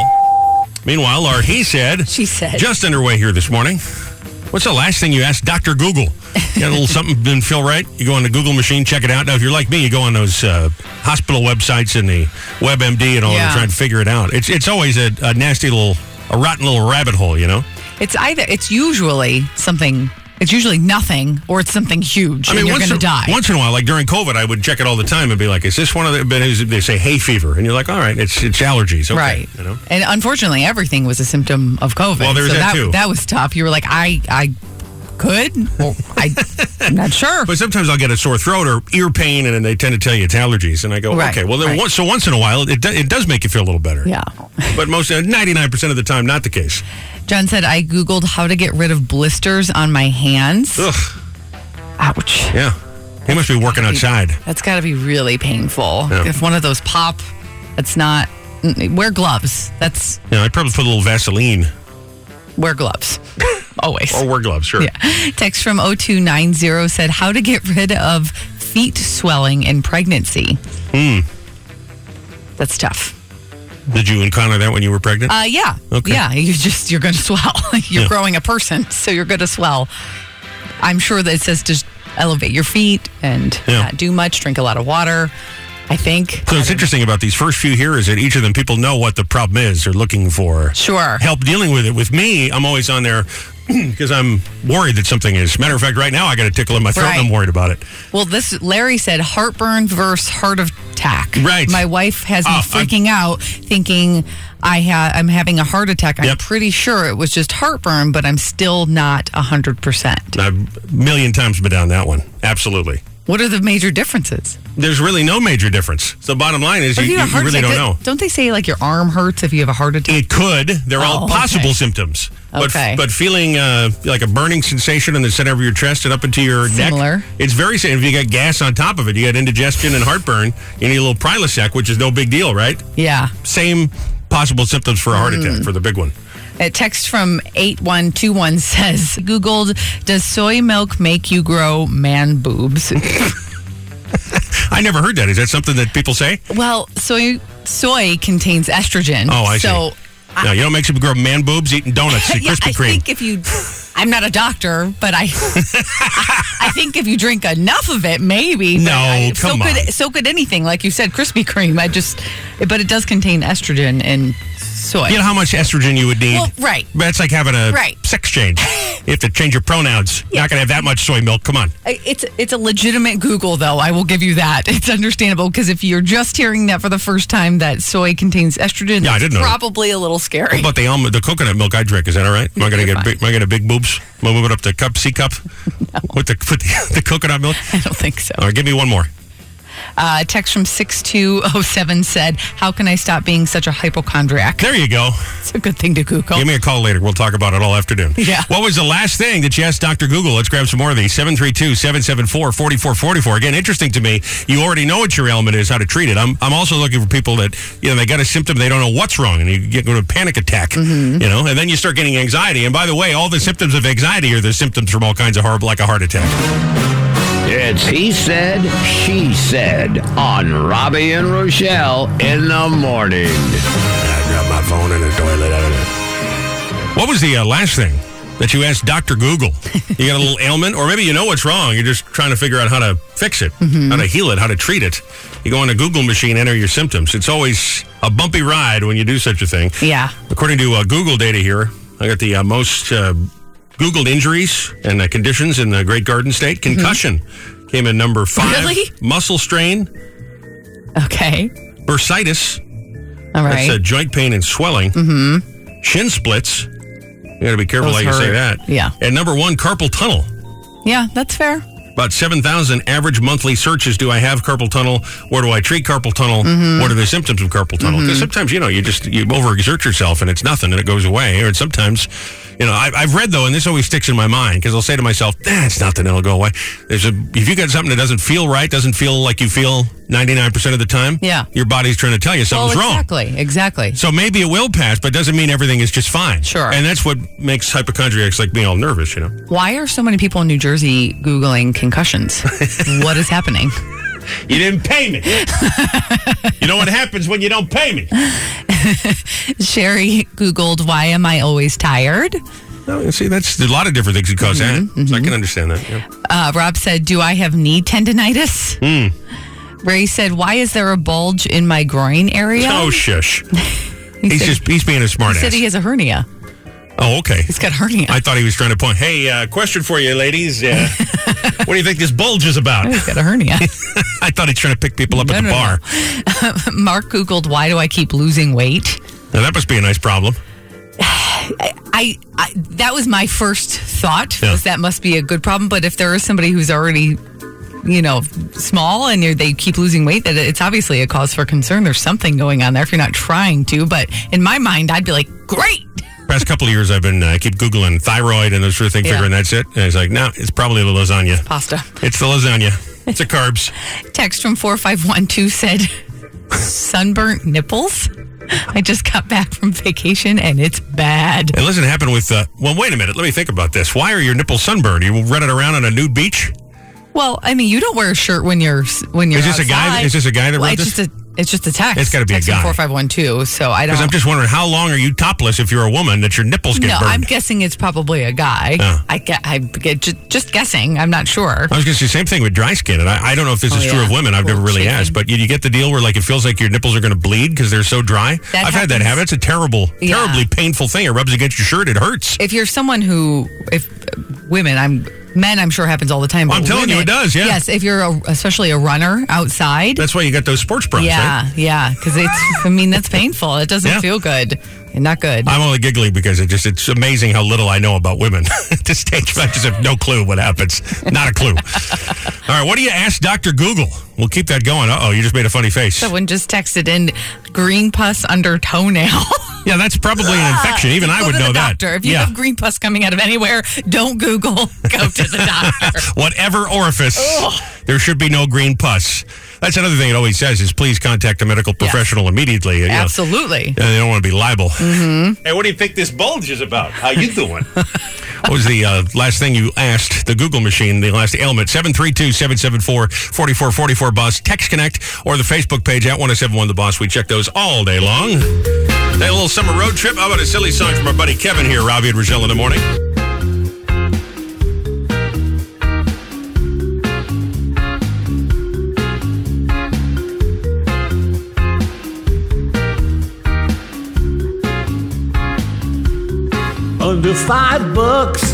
Meanwhile, our He Said, She Said. just underway here this morning. What's the last thing you asked Dr. Google? You got a little something didn't feel right? You go on the Google machine, check it out. Now, if you're like me, you go on those uh, hospital websites and the WebMD and all Yeah. and try and figure it out. It's, it's always a, a nasty little, a rotten little rabbit hole, you know? It's either, it's usually something, it's usually nothing or it's something huge and you're once going to in- die. Once in a while, like during COVID, I would check it all the time and be like, "Is this one of the?" But is- they say hay fever, and you're like, "All right, it's it's allergies, okay, Right. You know, And unfortunately, everything was a symptom of COVID. Well, there's so that that, too. was tough. You were like, I, I could. Well, I, I'm not sure. but sometimes I'll get a sore throat or ear pain, and then they tend to tell you it's allergies, and I go, Right, "Okay, well, then right. once, so once in a while, it do, it does make you feel a little better." yeah. but most ninety nine percent of the time, not the case. John said, I Googled how to get rid of blisters on my hands. Ugh, Ouch. yeah, he must be working outside. That's got to be really painful. If one of those pop, that's not mm, wear gloves. That's Yeah, I probably put a little Vaseline wear gloves. Always. or wear gloves. Sure. Yeah. Text from 0290 said, How to get rid of feet swelling in pregnancy. Hmm. That's tough. Did you encounter that when you were pregnant? Uh, yeah. Okay. Yeah. You just, you're going to swell. you're Yeah. growing a person, so you're going to swell. I'm sure that it says to elevate your feet and Yeah. not do much, drink a lot of water, I think. so it's interesting about these first few here is that each of them people know what the problem is they're looking for Sure. help dealing with it. With me, I'm always on there because I'm worried that something is. Matter of fact, right now I got a tickle in my throat and I'm Right. worried about it. Well, this Larry said heartburn versus heart attack. Right. My wife has me Oh, I'm- freaking out, thinking I ha- I'm having a heart attack. I'm Yep. pretty sure it was just heartburn, but I'm still not hundred percent. I've a million times been down that one. Absolutely. What are the major differences? There's really no major difference. So bottom line is you, If you, have a you heart really attack, don't know. that- Don't they say like your arm hurts if you have a heart attack? It could. They're Oh, all okay. possible symptoms. But, Okay. but feeling uh, like a burning sensation in the center of your chest and up into your Similar. neck. It's very same. If you got gas on top of it, you got indigestion and heartburn, you need a little Prilosec, which is no big deal, right? Yeah. Same possible symptoms for a heart Mm. attack, for the big one. A text from 8121 says, Googled, does soy milk make you grow man boobs? I never heard that. Is that something that people say? well, soy soy contains estrogen. Oh, I see. so no, you don't make people grow man boobs eating donuts at yeah, Krispy I Kreme. think if you, I'm not a doctor, but I, I think if you drink enough of it, maybe. but No, I, come so on. Could, so could anything, like you said, Krispy Kreme. I just, but it does contain estrogen in soy. you know how much estrogen you would need? Well, right. That's like having a Right. sex change. You have to change your pronouns. You're not going to have that much soy milk. Come on. It's it's a legitimate Google though. I will give you that. It's understandable because if you're just hearing that for the first time, that soy contains estrogen. Yeah, I that's didn't know that. Probably a little scary. But the almond, the coconut milk I drink, is that all right? Am I going to You're get big, am I going to big boobs? Am I moving up to cup C cup with the with the, the coconut milk? I don't think so. All right, give me one more. Uh, text from six two zero seven said, "How can I stop being such a hypochondriac?" There you go. It's a good thing to Google. Give me a call later. We'll talk about it all afternoon. Yeah. What was the last thing that you asked Dr. Google? Let's grab some more of these. 732 774 4444. Again, interesting to me. You already know what your ailment is, how to treat it. I'm, I'm also looking for people that, you know, they got a symptom, they don't know what's wrong, and you get go to a panic attack, Mm-hmm. you know, and then you start getting anxiety. And by the way, all the symptoms of anxiety are the symptoms from all kinds of horrible, like a heart attack. It's He Said, She Said on Robbie and Rochelle in the morning. I grabbed my phone in the toilet. I don't know. What was the uh, last thing that you asked Dr. Google? You got a little ailment, or maybe you know what's wrong. You're just trying to figure out how to fix it, how to heal it, how to treat it. You go on a Google machine, enter your symptoms. It's always a bumpy ride when you do such a thing. Yeah. According to uh, Google data here, I got the uh, most uh, Googled injuries and uh, conditions in the Great Garden State. Concussion came in number five. Really? Muscle strain, Okay. bursitis. All That's uh, right. joint pain and swelling. Mm-hmm. Shin splits. You got to be careful Those how you say hurt. that. Yeah. And number one, carpal tunnel. yeah, that's fair. About 7,000 average monthly searches. Do I have carpal tunnel? Where do I treat carpal tunnel? Mm-hmm. What are the symptoms of carpal tunnel? Because sometimes, you know, you just, you overexert yourself and it's nothing and it goes away. Or sometimes, you know, I, I've read though, and this always sticks in my mind because I'll say to myself, that's nothing, it'll go away. There's a, if you got something that doesn't feel right, doesn't feel like you feel 99% of the time, Yeah. your body's trying to tell you something's well, wrong. exactly. Exactly. So maybe it will pass, but doesn't mean everything is just fine. Sure. And that's what makes hypochondriacs like me all nervous, you know? Why are so many people in New Jersey googling concussions? what is happening? You didn't pay me. you know what happens when you don't pay me? Sherry googled, "Why am I always tired?" No, you see, that's there's a lot of different things that because Mm-hmm, that. So I can understand that. yeah. Uh, Rob said, "Do I have knee tendonitis?" Hmm. Ray said, "Why is there a bulge in my groin area?" Oh, shush. he He's said, just he's being a he smart said ass. he has a hernia. oh, okay. He's got hernia. I thought he was trying to point. Hey, uh, question for you, ladies. Uh, what do you think this bulge is about? He's got a hernia. I thought he's trying to pick people up No, at the no, no. bar. Mark googled, "Why do I keep losing weight?" Now, that must be a nice problem. I, I that was my first thought Yeah. was that must be a good problem. But if there is somebody who's already, you know, small and you're, they keep losing weight, that it's obviously a cause for concern. There's something going on there if you're not trying to. But in my mind, I'd be like, great. Past couple of years, I've been uh, I keep googling thyroid and those sort of things, Yeah. figuring that's it. And it's like, no, it's probably the lasagna. Pasta. It's the lasagna. It's the carbs. Text from 4512 said, sunburnt nipples. I just got back from vacation and it's bad. It doesn't happen with. Uh, well, wait a minute. Let me think about this. Why are your nipples sunburned? You running around on a nude beach? Well, I mean, you don't wear a shirt when you're when you're. Is this a guy? outside. Is this a guy that Well, wrote it's this? just a it's just a text. It's gotta be a Text from guy. Four five one two. So I don't. Because I'm just wondering how long are you topless if you're a woman that your nipples get no, I'm burned? guessing it's probably a guy. Oh. I get, I get just, just guessing. I'm not sure. I was going to say same thing with dry skin, and I, I don't know if this Oh, is true yeah. of women. I've never really shaking. asked, but you, you get the deal where like it feels like your nipples are going to bleed because they're so dry. That I've had that happens. happen. It's a terrible, Yeah. terribly painful thing. It rubs against your shirt. It hurts. If you're someone who, if women, I'm men, I'm sure happens all the time. Oh, I'm but telling you, women- it does, yeah. Yes, if you're a, especially a runner outside. That's why you got those sports bras. yeah, right? yeah, because it's. I mean, that's painful. It doesn't Yeah. feel good. Not good. I'm only giggling because it just it's amazing how little I know about women at this stage. I just have no clue what happens. Not a clue. All right, what do you ask Dr. Google? We'll keep that going. Uh oh, you just made a funny face. Someone just texted in green pus under toenail. Yeah, that's probably an infection. Even I Go would to know the that. Doctor, if you yeah. have green pus coming out of anywhere, don't Google. Go to the doctor. whatever orifice, there should be no green pus. That's another thing it always says is please contact a medical professional immediately. you know. Absolutely. Yeah, they don't want to be liable. Mm-hmm. Hey, what do you think this bulge is about? How you doing? what was the uh, last thing you asked the Google machine, the last ailment? 732-774-4444 Boss. Text Connect or the Facebook page at 1071 The Boss. We check those all day long. Hey, a little summer road trip. How about a silly song from our buddy Kevin here, Robbie and Rochelle in the morning? Under five bucks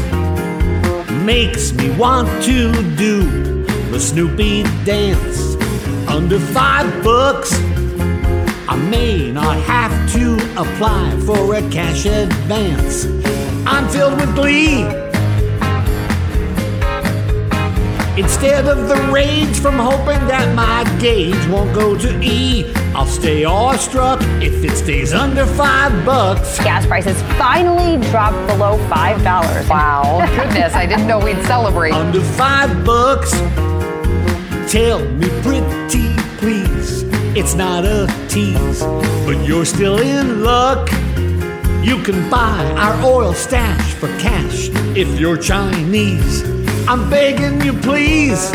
makes me want to do the Snoopy dance. Under five bucks, I may not have to apply for a cash advance. I'm filled with glee. Instead of the rage from hoping that my gauge won't go to E, I'll stay awestruck if it stays under five bucks. Gas prices finally dropped below $5. Wow. Goodness, I didn't know we'd celebrate. Under five bucks. Tell me pretty please, it's not a tease, but you're still in luck. You can buy our oil stash for cash if you're Chinese. I'm begging you please.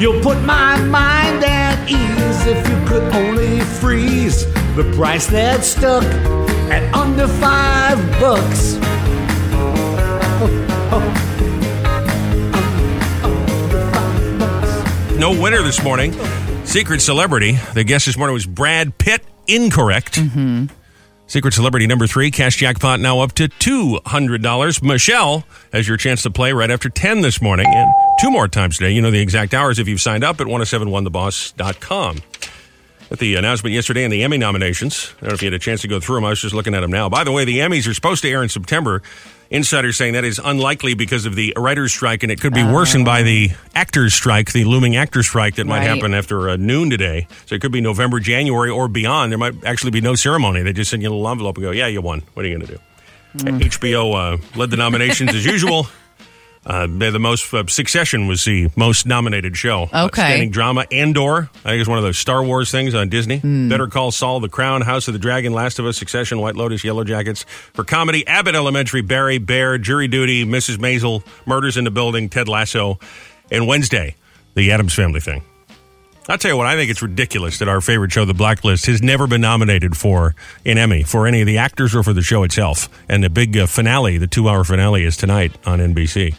You'll put my mind at ease if you could only freeze the price that's stuck at under five bucks. No winner this morning. Secret celebrity. The guest this morning was Brad Pitt. Incorrect. Mm-hmm. Secret celebrity number three. Cash jackpot now up to two hundred dollars. Michelle has your chance to play right after ten this morning and two more times today. You know the exact hours if you've signed up at 1071theboss.com. With the announcement yesterday and the Emmy nominations, I don't know if you had a chance to go through them. I was just looking at them now. By the way, the Emmys are supposed to air in September. Insiders saying that is unlikely because of the writers' strike, and it could be worsened by the actors' strike, the looming actors' strike that Right. might happen after uh, noon today. So it could be November, January, or beyond. There might actually be no ceremony. They just send you a little envelope and go, "Yeah, you won. What are you going to do?" Mm. HBO uh, led the nominations as usual. Uh, they're the most uh, Succession was the most nominated show. Okay. Outstanding drama. Andor, I think it's one of those Star Wars things on Disney. Hmm. Better Call Saul, The Crown, House of the Dragon, Last of Us, Succession, White Lotus, Yellow Jackets. For comedy, Abbott Elementary, Barry, Bear, Jury Duty, Mrs. Maisel, Murders in the Building, Ted Lasso, and Wednesday, The Adams Family Thing. I'll tell you what, I think it's ridiculous that our favorite show, The Blacklist, has never been nominated for an Emmy for any of the actors or for the show itself. And the big uh, finale, the two hour finale, is tonight on NBC.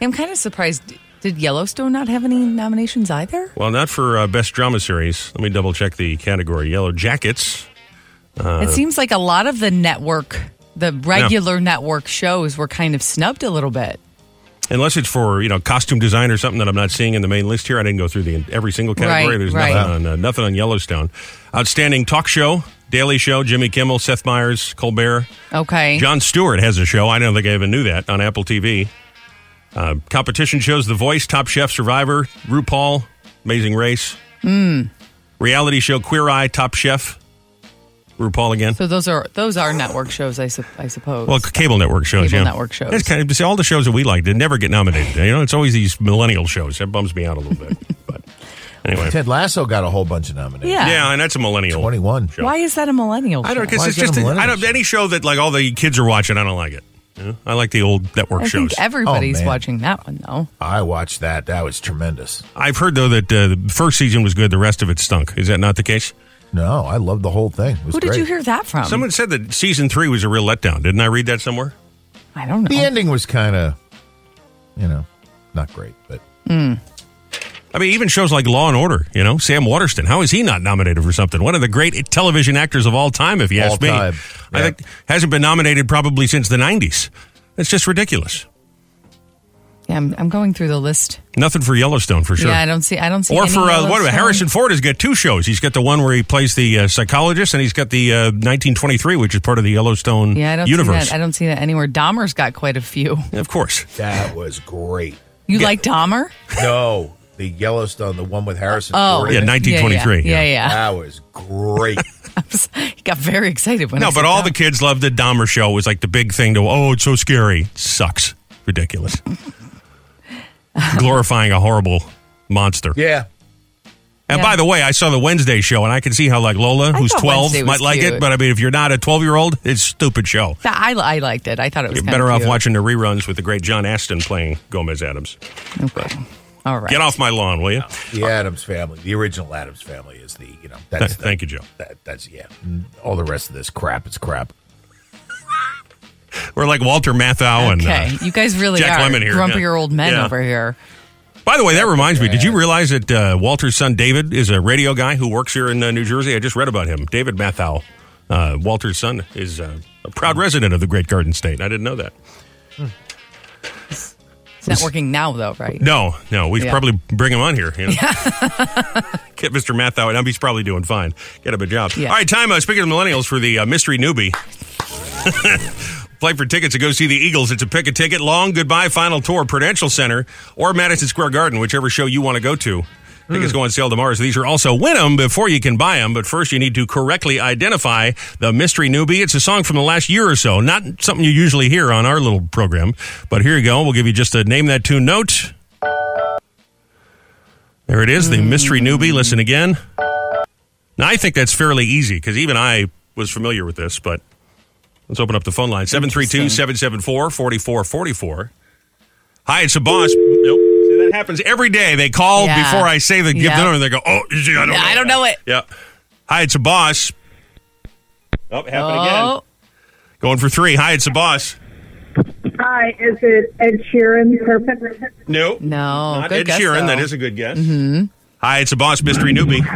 I'm kind of surprised. Did Yellowstone not have any nominations either? Well, not for uh, best drama series. Let me double check the category. Yellow Jackets. Uh, it seems like a lot of the network, the regular network shows, were kind of snubbed a little bit. unless it's for you know costume design or something that I'm not seeing in the main list here. I didn't go through the every single category. Right, There's right. nothing on uh, nothing on Yellowstone. Outstanding talk show, Daily Show, Jimmy Kimmel, Seth Meyers, Colbert. Okay. John Stewart has a show. I don't think I even knew that on Apple TV. Uh, competition shows: The Voice, Top Chef, Survivor, RuPaul, Amazing Race, Mm. reality show Queer Eye, Top Chef, RuPaul again. So those are those are network shows, I, sup I suppose. Well, c- cable network shows. Cable yeah. network shows. It's kind of see, all the shows that we like. They never get nominated. You know, it's always these millennial shows. That bums me out a little bit. Anyway. Ted Lasso got a whole bunch of nominations. Yeah. Yeah, and that's a millennial. 21. Show. Why is that a millennial? I don't show? because it's just I don't any show that like all the kids are watching. I don't like it. You know? I like the old network I shows. Oh, think everybody's man. watching that one though. I watched that. That was tremendous. I've heard though that uh, the first season was good, the rest of it stunk. Is that not the case? No, I loved the whole thing. It was Who did great. you hear that Um, from? Someone said that season three was a real letdown. Didn't I read that somewhere? I don't know. The ending was kind of, you know, not great, but I mean, even shows like Law and Order. You know, Sam Waterston. How is he not nominated for something? One of the great television actors of all time, if you All ask me. time, I yeah. think hasn't been nominated probably since the '90s. It's just ridiculous. Yeah, I'm, I'm going through the list. Nothing for Yellowstone for sure. Yeah, I don't see. I don't see. or any for uh, what Yellowstone. Harrison Ford has got two shows. He's got the one where he plays the uh, psychologist, and he's got the uh, 1923, which is part of the Yellowstone Yeah, I don't universe. see that. I don't see that anywhere. Dahmer's got quite a few. of course, that was great. You like Dahmer? No, the Yellowstone, the one with Harrison. Oh, Ford in Yeah, it. 1923, Yeah, yeah. yeah. yeah. That was great. He got very excited when. I no. said But all Dahmer. the kids loved the Dahmer show. It was like the big thing. To oh, it's so scary. It sucks. Ridiculous. Glorifying a horrible monster. yeah. And by the way, I saw the Wednesday show, and I can see how like Lola, I who's thought 12, Wednesday was might like it. cute. But I mean, if you're not a 12 year old, it's a stupid show. Th- I, I liked it. I thought it was You're kinda better off cute. watching the reruns with the great John Aston playing Gomez Adams. Okay. All right. Get off my lawn, will you? The Adams family, the original Adams family is the, you know, Th- that's the, Thank you, Joe. that, that's, yeah. And All the rest of this crap is crap. We're like Walter Matthau and. Okay, Uh, you guys really Jack are Lemmon here, grumpier yeah. old men Yeah. over here. by the way, that reminds me. Did you realize that uh, Walter's son David is a radio guy who works here in uh, New Jersey? I just read about him. David Matthau, uh, Walter's son, is uh, a proud resident of the Great Garden State. I didn't know that. It's not working now though, right? No, no, we should Yeah. probably bring him on here. You know? Get Mr. Matthau, and he's probably doing fine. Get him a job. Yeah. All right, time. Uh, speaking of millennials, for the uh, mystery newbie. Play for tickets to go see the Eagles. It's a pick a ticket, long goodbye final tour, Prudential Center, or Madison Square Garden, whichever show you want to go to. Hmm. Tickets go on sale tomorrow. So these are also win them before you can buy them. But first, you need to correctly identify the mystery newbie. It's a song from the last year or so, not something you usually hear on our little program. But here you go. We'll give you just a name that tune note. There it is, Mm. the mystery newbie. Listen again. Now, I think that's fairly easy because even I was familiar with this, but let's open up the phone line 732 774 4444. Hi, it's the boss. Nope. See, that happens every day. They call Yeah. before I say the give Yeah. the number. They go, oh, you see, I don't know. I don't that." know it. Yeah. Hi, it's a boss. Oh, it happened again. Oh, Going for three. Hi, it's a boss. Hi, is it Ed Sheeran? Perfect. No. no. Not Oh, good Ed guess, Sheeran. though. Mm-hmm. That is a good guess. Hi, it's a boss mystery newbie.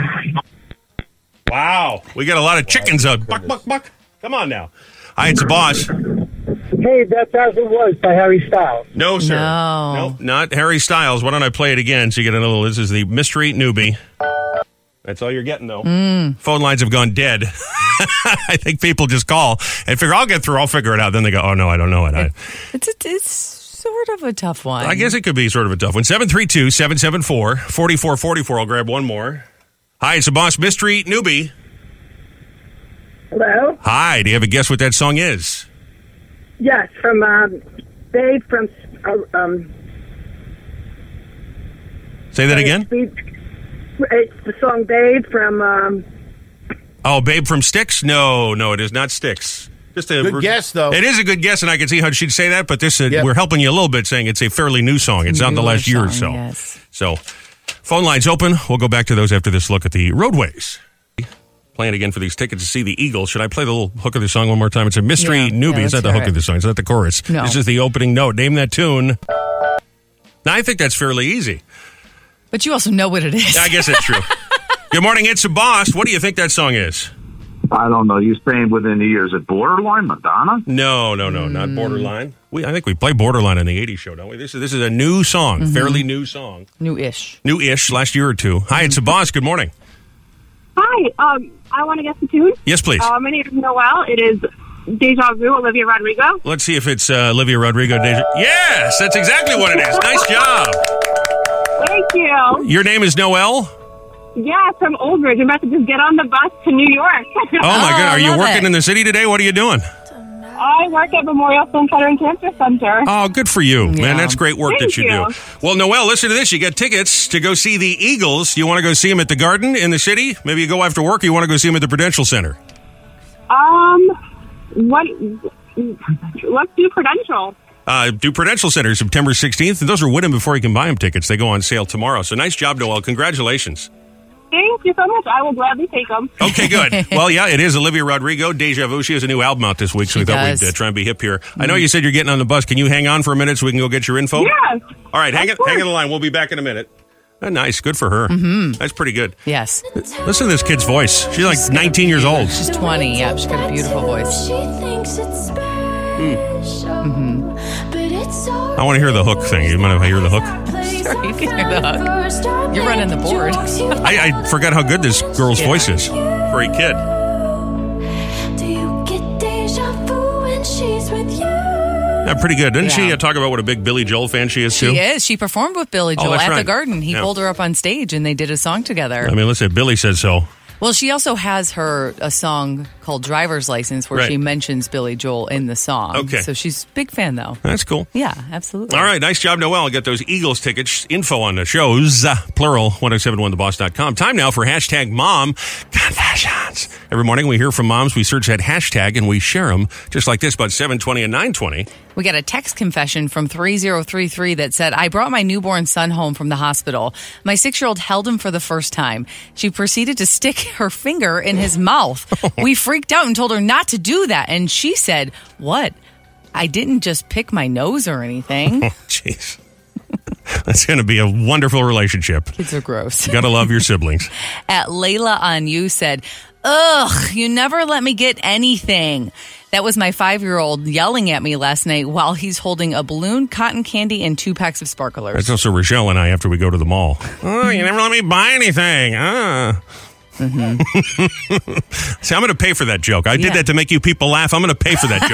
Wow, we got a lot of chickens up. Buck, buck, buck. Come on now. Hi, it's a boss. Hey, that's as it was by Harry Styles. No, sir. No. Nope, not Harry Styles. Why don't I play it again so you get a little? This is the mystery newbie. That's all you're getting though. Mm. Phone lines have gone dead. I think people just call and figure I'll get through. I'll figure it out. Then they go, oh no, I don't know it. I, It's, it's it's sort of a tough one. I guess it could be sort of a tough one. 732 774 4444. I'll grab one more. Hi, it's a boss mystery newbie. Hello? Hi, do you have a guess what that song is? Yes, from um, Babe from. Uh, um, Say that again. It's the song Babe from. Um, Oh, Babe from Sticks? No, no, it is not Sticks. Just a Good guess, though. It is a good guess, and I can see how she'd say that. But this, uh, Yep. we're helping you a little bit, saying it's a fairly new song. It's not the newer last year or so. song, yes. So, phone lines open. We'll go back to those after this look at the roadways. Playing again for these tickets to see the Eagles. Should I play the little hook of the song one more time? It's a mystery Yeah, newbie. yeah, it's let's not the hear hook it. of the song. It's not the chorus. No. This is the opening note. Name that tune. Now, I think that's fairly easy. but you also know what it is. Yeah, I guess that's true. Good morning. It's a boss. What do you think that song is? I don't know. You're staying within the years at borderline, Madonna. No, no, no, not borderline. We, I think we play borderline in the '80s show, don't we? This is this is a new song, fairly new song, New-ish. new-ish, last year or two. Hi, it's a boss. Good morning. Hi, um, I want to guess the tune. Yes, please. Uh, my name is Noel. It is Deja Vu, Olivia Rodrigo. Let's see if it's uh, Olivia Rodrigo. Deja- yes, that's exactly what it is. Nice job. Thank you. Your name is Noel. Oh, Yes, from Old Ridge. I'm about to just get on the bus to New York. Oh my Oh, God, I are you love working it. in the city today? What are you doing? I work at Memorial Sloan Kettering Cancer Center. Oh, good for you, man. That's great work Thank that you, you. do. Well, Noel, listen to this. You got tickets to go see the Eagles. You want to go see them at the Garden in the city? Maybe you go after work. Or you want to go see them at the Prudential Center? Um, what? Let's do Prudential. Uh, do Prudential Center September 16th. Those are win 'em before you can buy them tickets. They go on sale tomorrow. So nice job, Noel. Congratulations. Thank you so much. I will gladly take them. Okay, good. well, yeah, it is Olivia Rodrigo. Deja Vu. She has a new album out this week, so we thought does. we'd uh, try and be hip here. I know you said you're getting on the bus. Can you hang on for a minute so we can go get your info? Yes. All right, hang Of it, hang course. on the line. We'll be back in a minute. Uh, nice. Good for her. Mhm. That's pretty good. Yes. Listen to this kid's voice. She's like 19 years old. She's 20. Yeah, she's got a beautiful voice. I want to hear the hook thing. You mind if I hear the hook? Sure, you can hear the hook. You're running the board. I, I forgot how good this girl's Yeah. voice is for a kid. Yeah, pretty good. Didn't she Yeah. uh, talk about what a big Billy Joel fan she is, too? She is. She performed with Billy Oh, Joel that's at the right. Garden. He Yeah. pulled her up on stage and they did a song together. I mean, listen, Billy said so. well, she also has her a song called Driver's License where Right. she mentions Billy Joel in the song. Okay. So she's a big fan though. That's cool. Yeah, absolutely. All right, nice job, Noel. I'll get those Eagles tickets. Info on the shows, uh, plural, 1071theboss.com. Time now for hashtag mom confessions. Every morning we hear from moms, we search that hashtag and we share them just like this, about 720 and 920. We got a text confession from 3033 that said, I brought my newborn son home from the hospital. My six year old held him for the first time. She proceeded to stick her finger in his mouth. We freaked out and told her not to do that. And she said, What? I didn't just pick my nose or anything. Oh, jeez. That's going to be a wonderful relationship. Kids are gross. You got to love your siblings. At Layla on You said, Ugh, you never let me get anything. That was my five year old yelling at me last night while he's holding a balloon, cotton candy, and two packs of sparklers. That's also Rochelle and I after we go to the mall. Oh, you never let me buy anything. Ah. See, I'm going to pay for that joke. I did Mm-hmm. Yeah. that to make you people laugh. I'm going to pay for that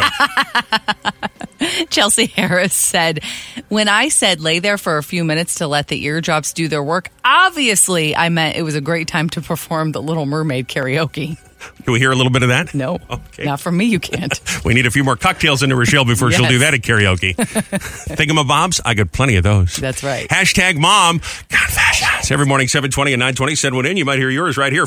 joke. Chelsea Harris said, When I said lay there for a few minutes to let the eardrops do their work, obviously I meant it was a great time to perform the Little Mermaid karaoke. Can we hear a little bit of that? No. Okay. Not for me, you can't. We need a few more cocktails into Rochelle before she'll do Yes. that at karaoke. Thingamabobs? I got plenty of those. That's right. Hashtag mom. Confessions. Every morning, 720 and 920. Send one in. You might hear yours right here.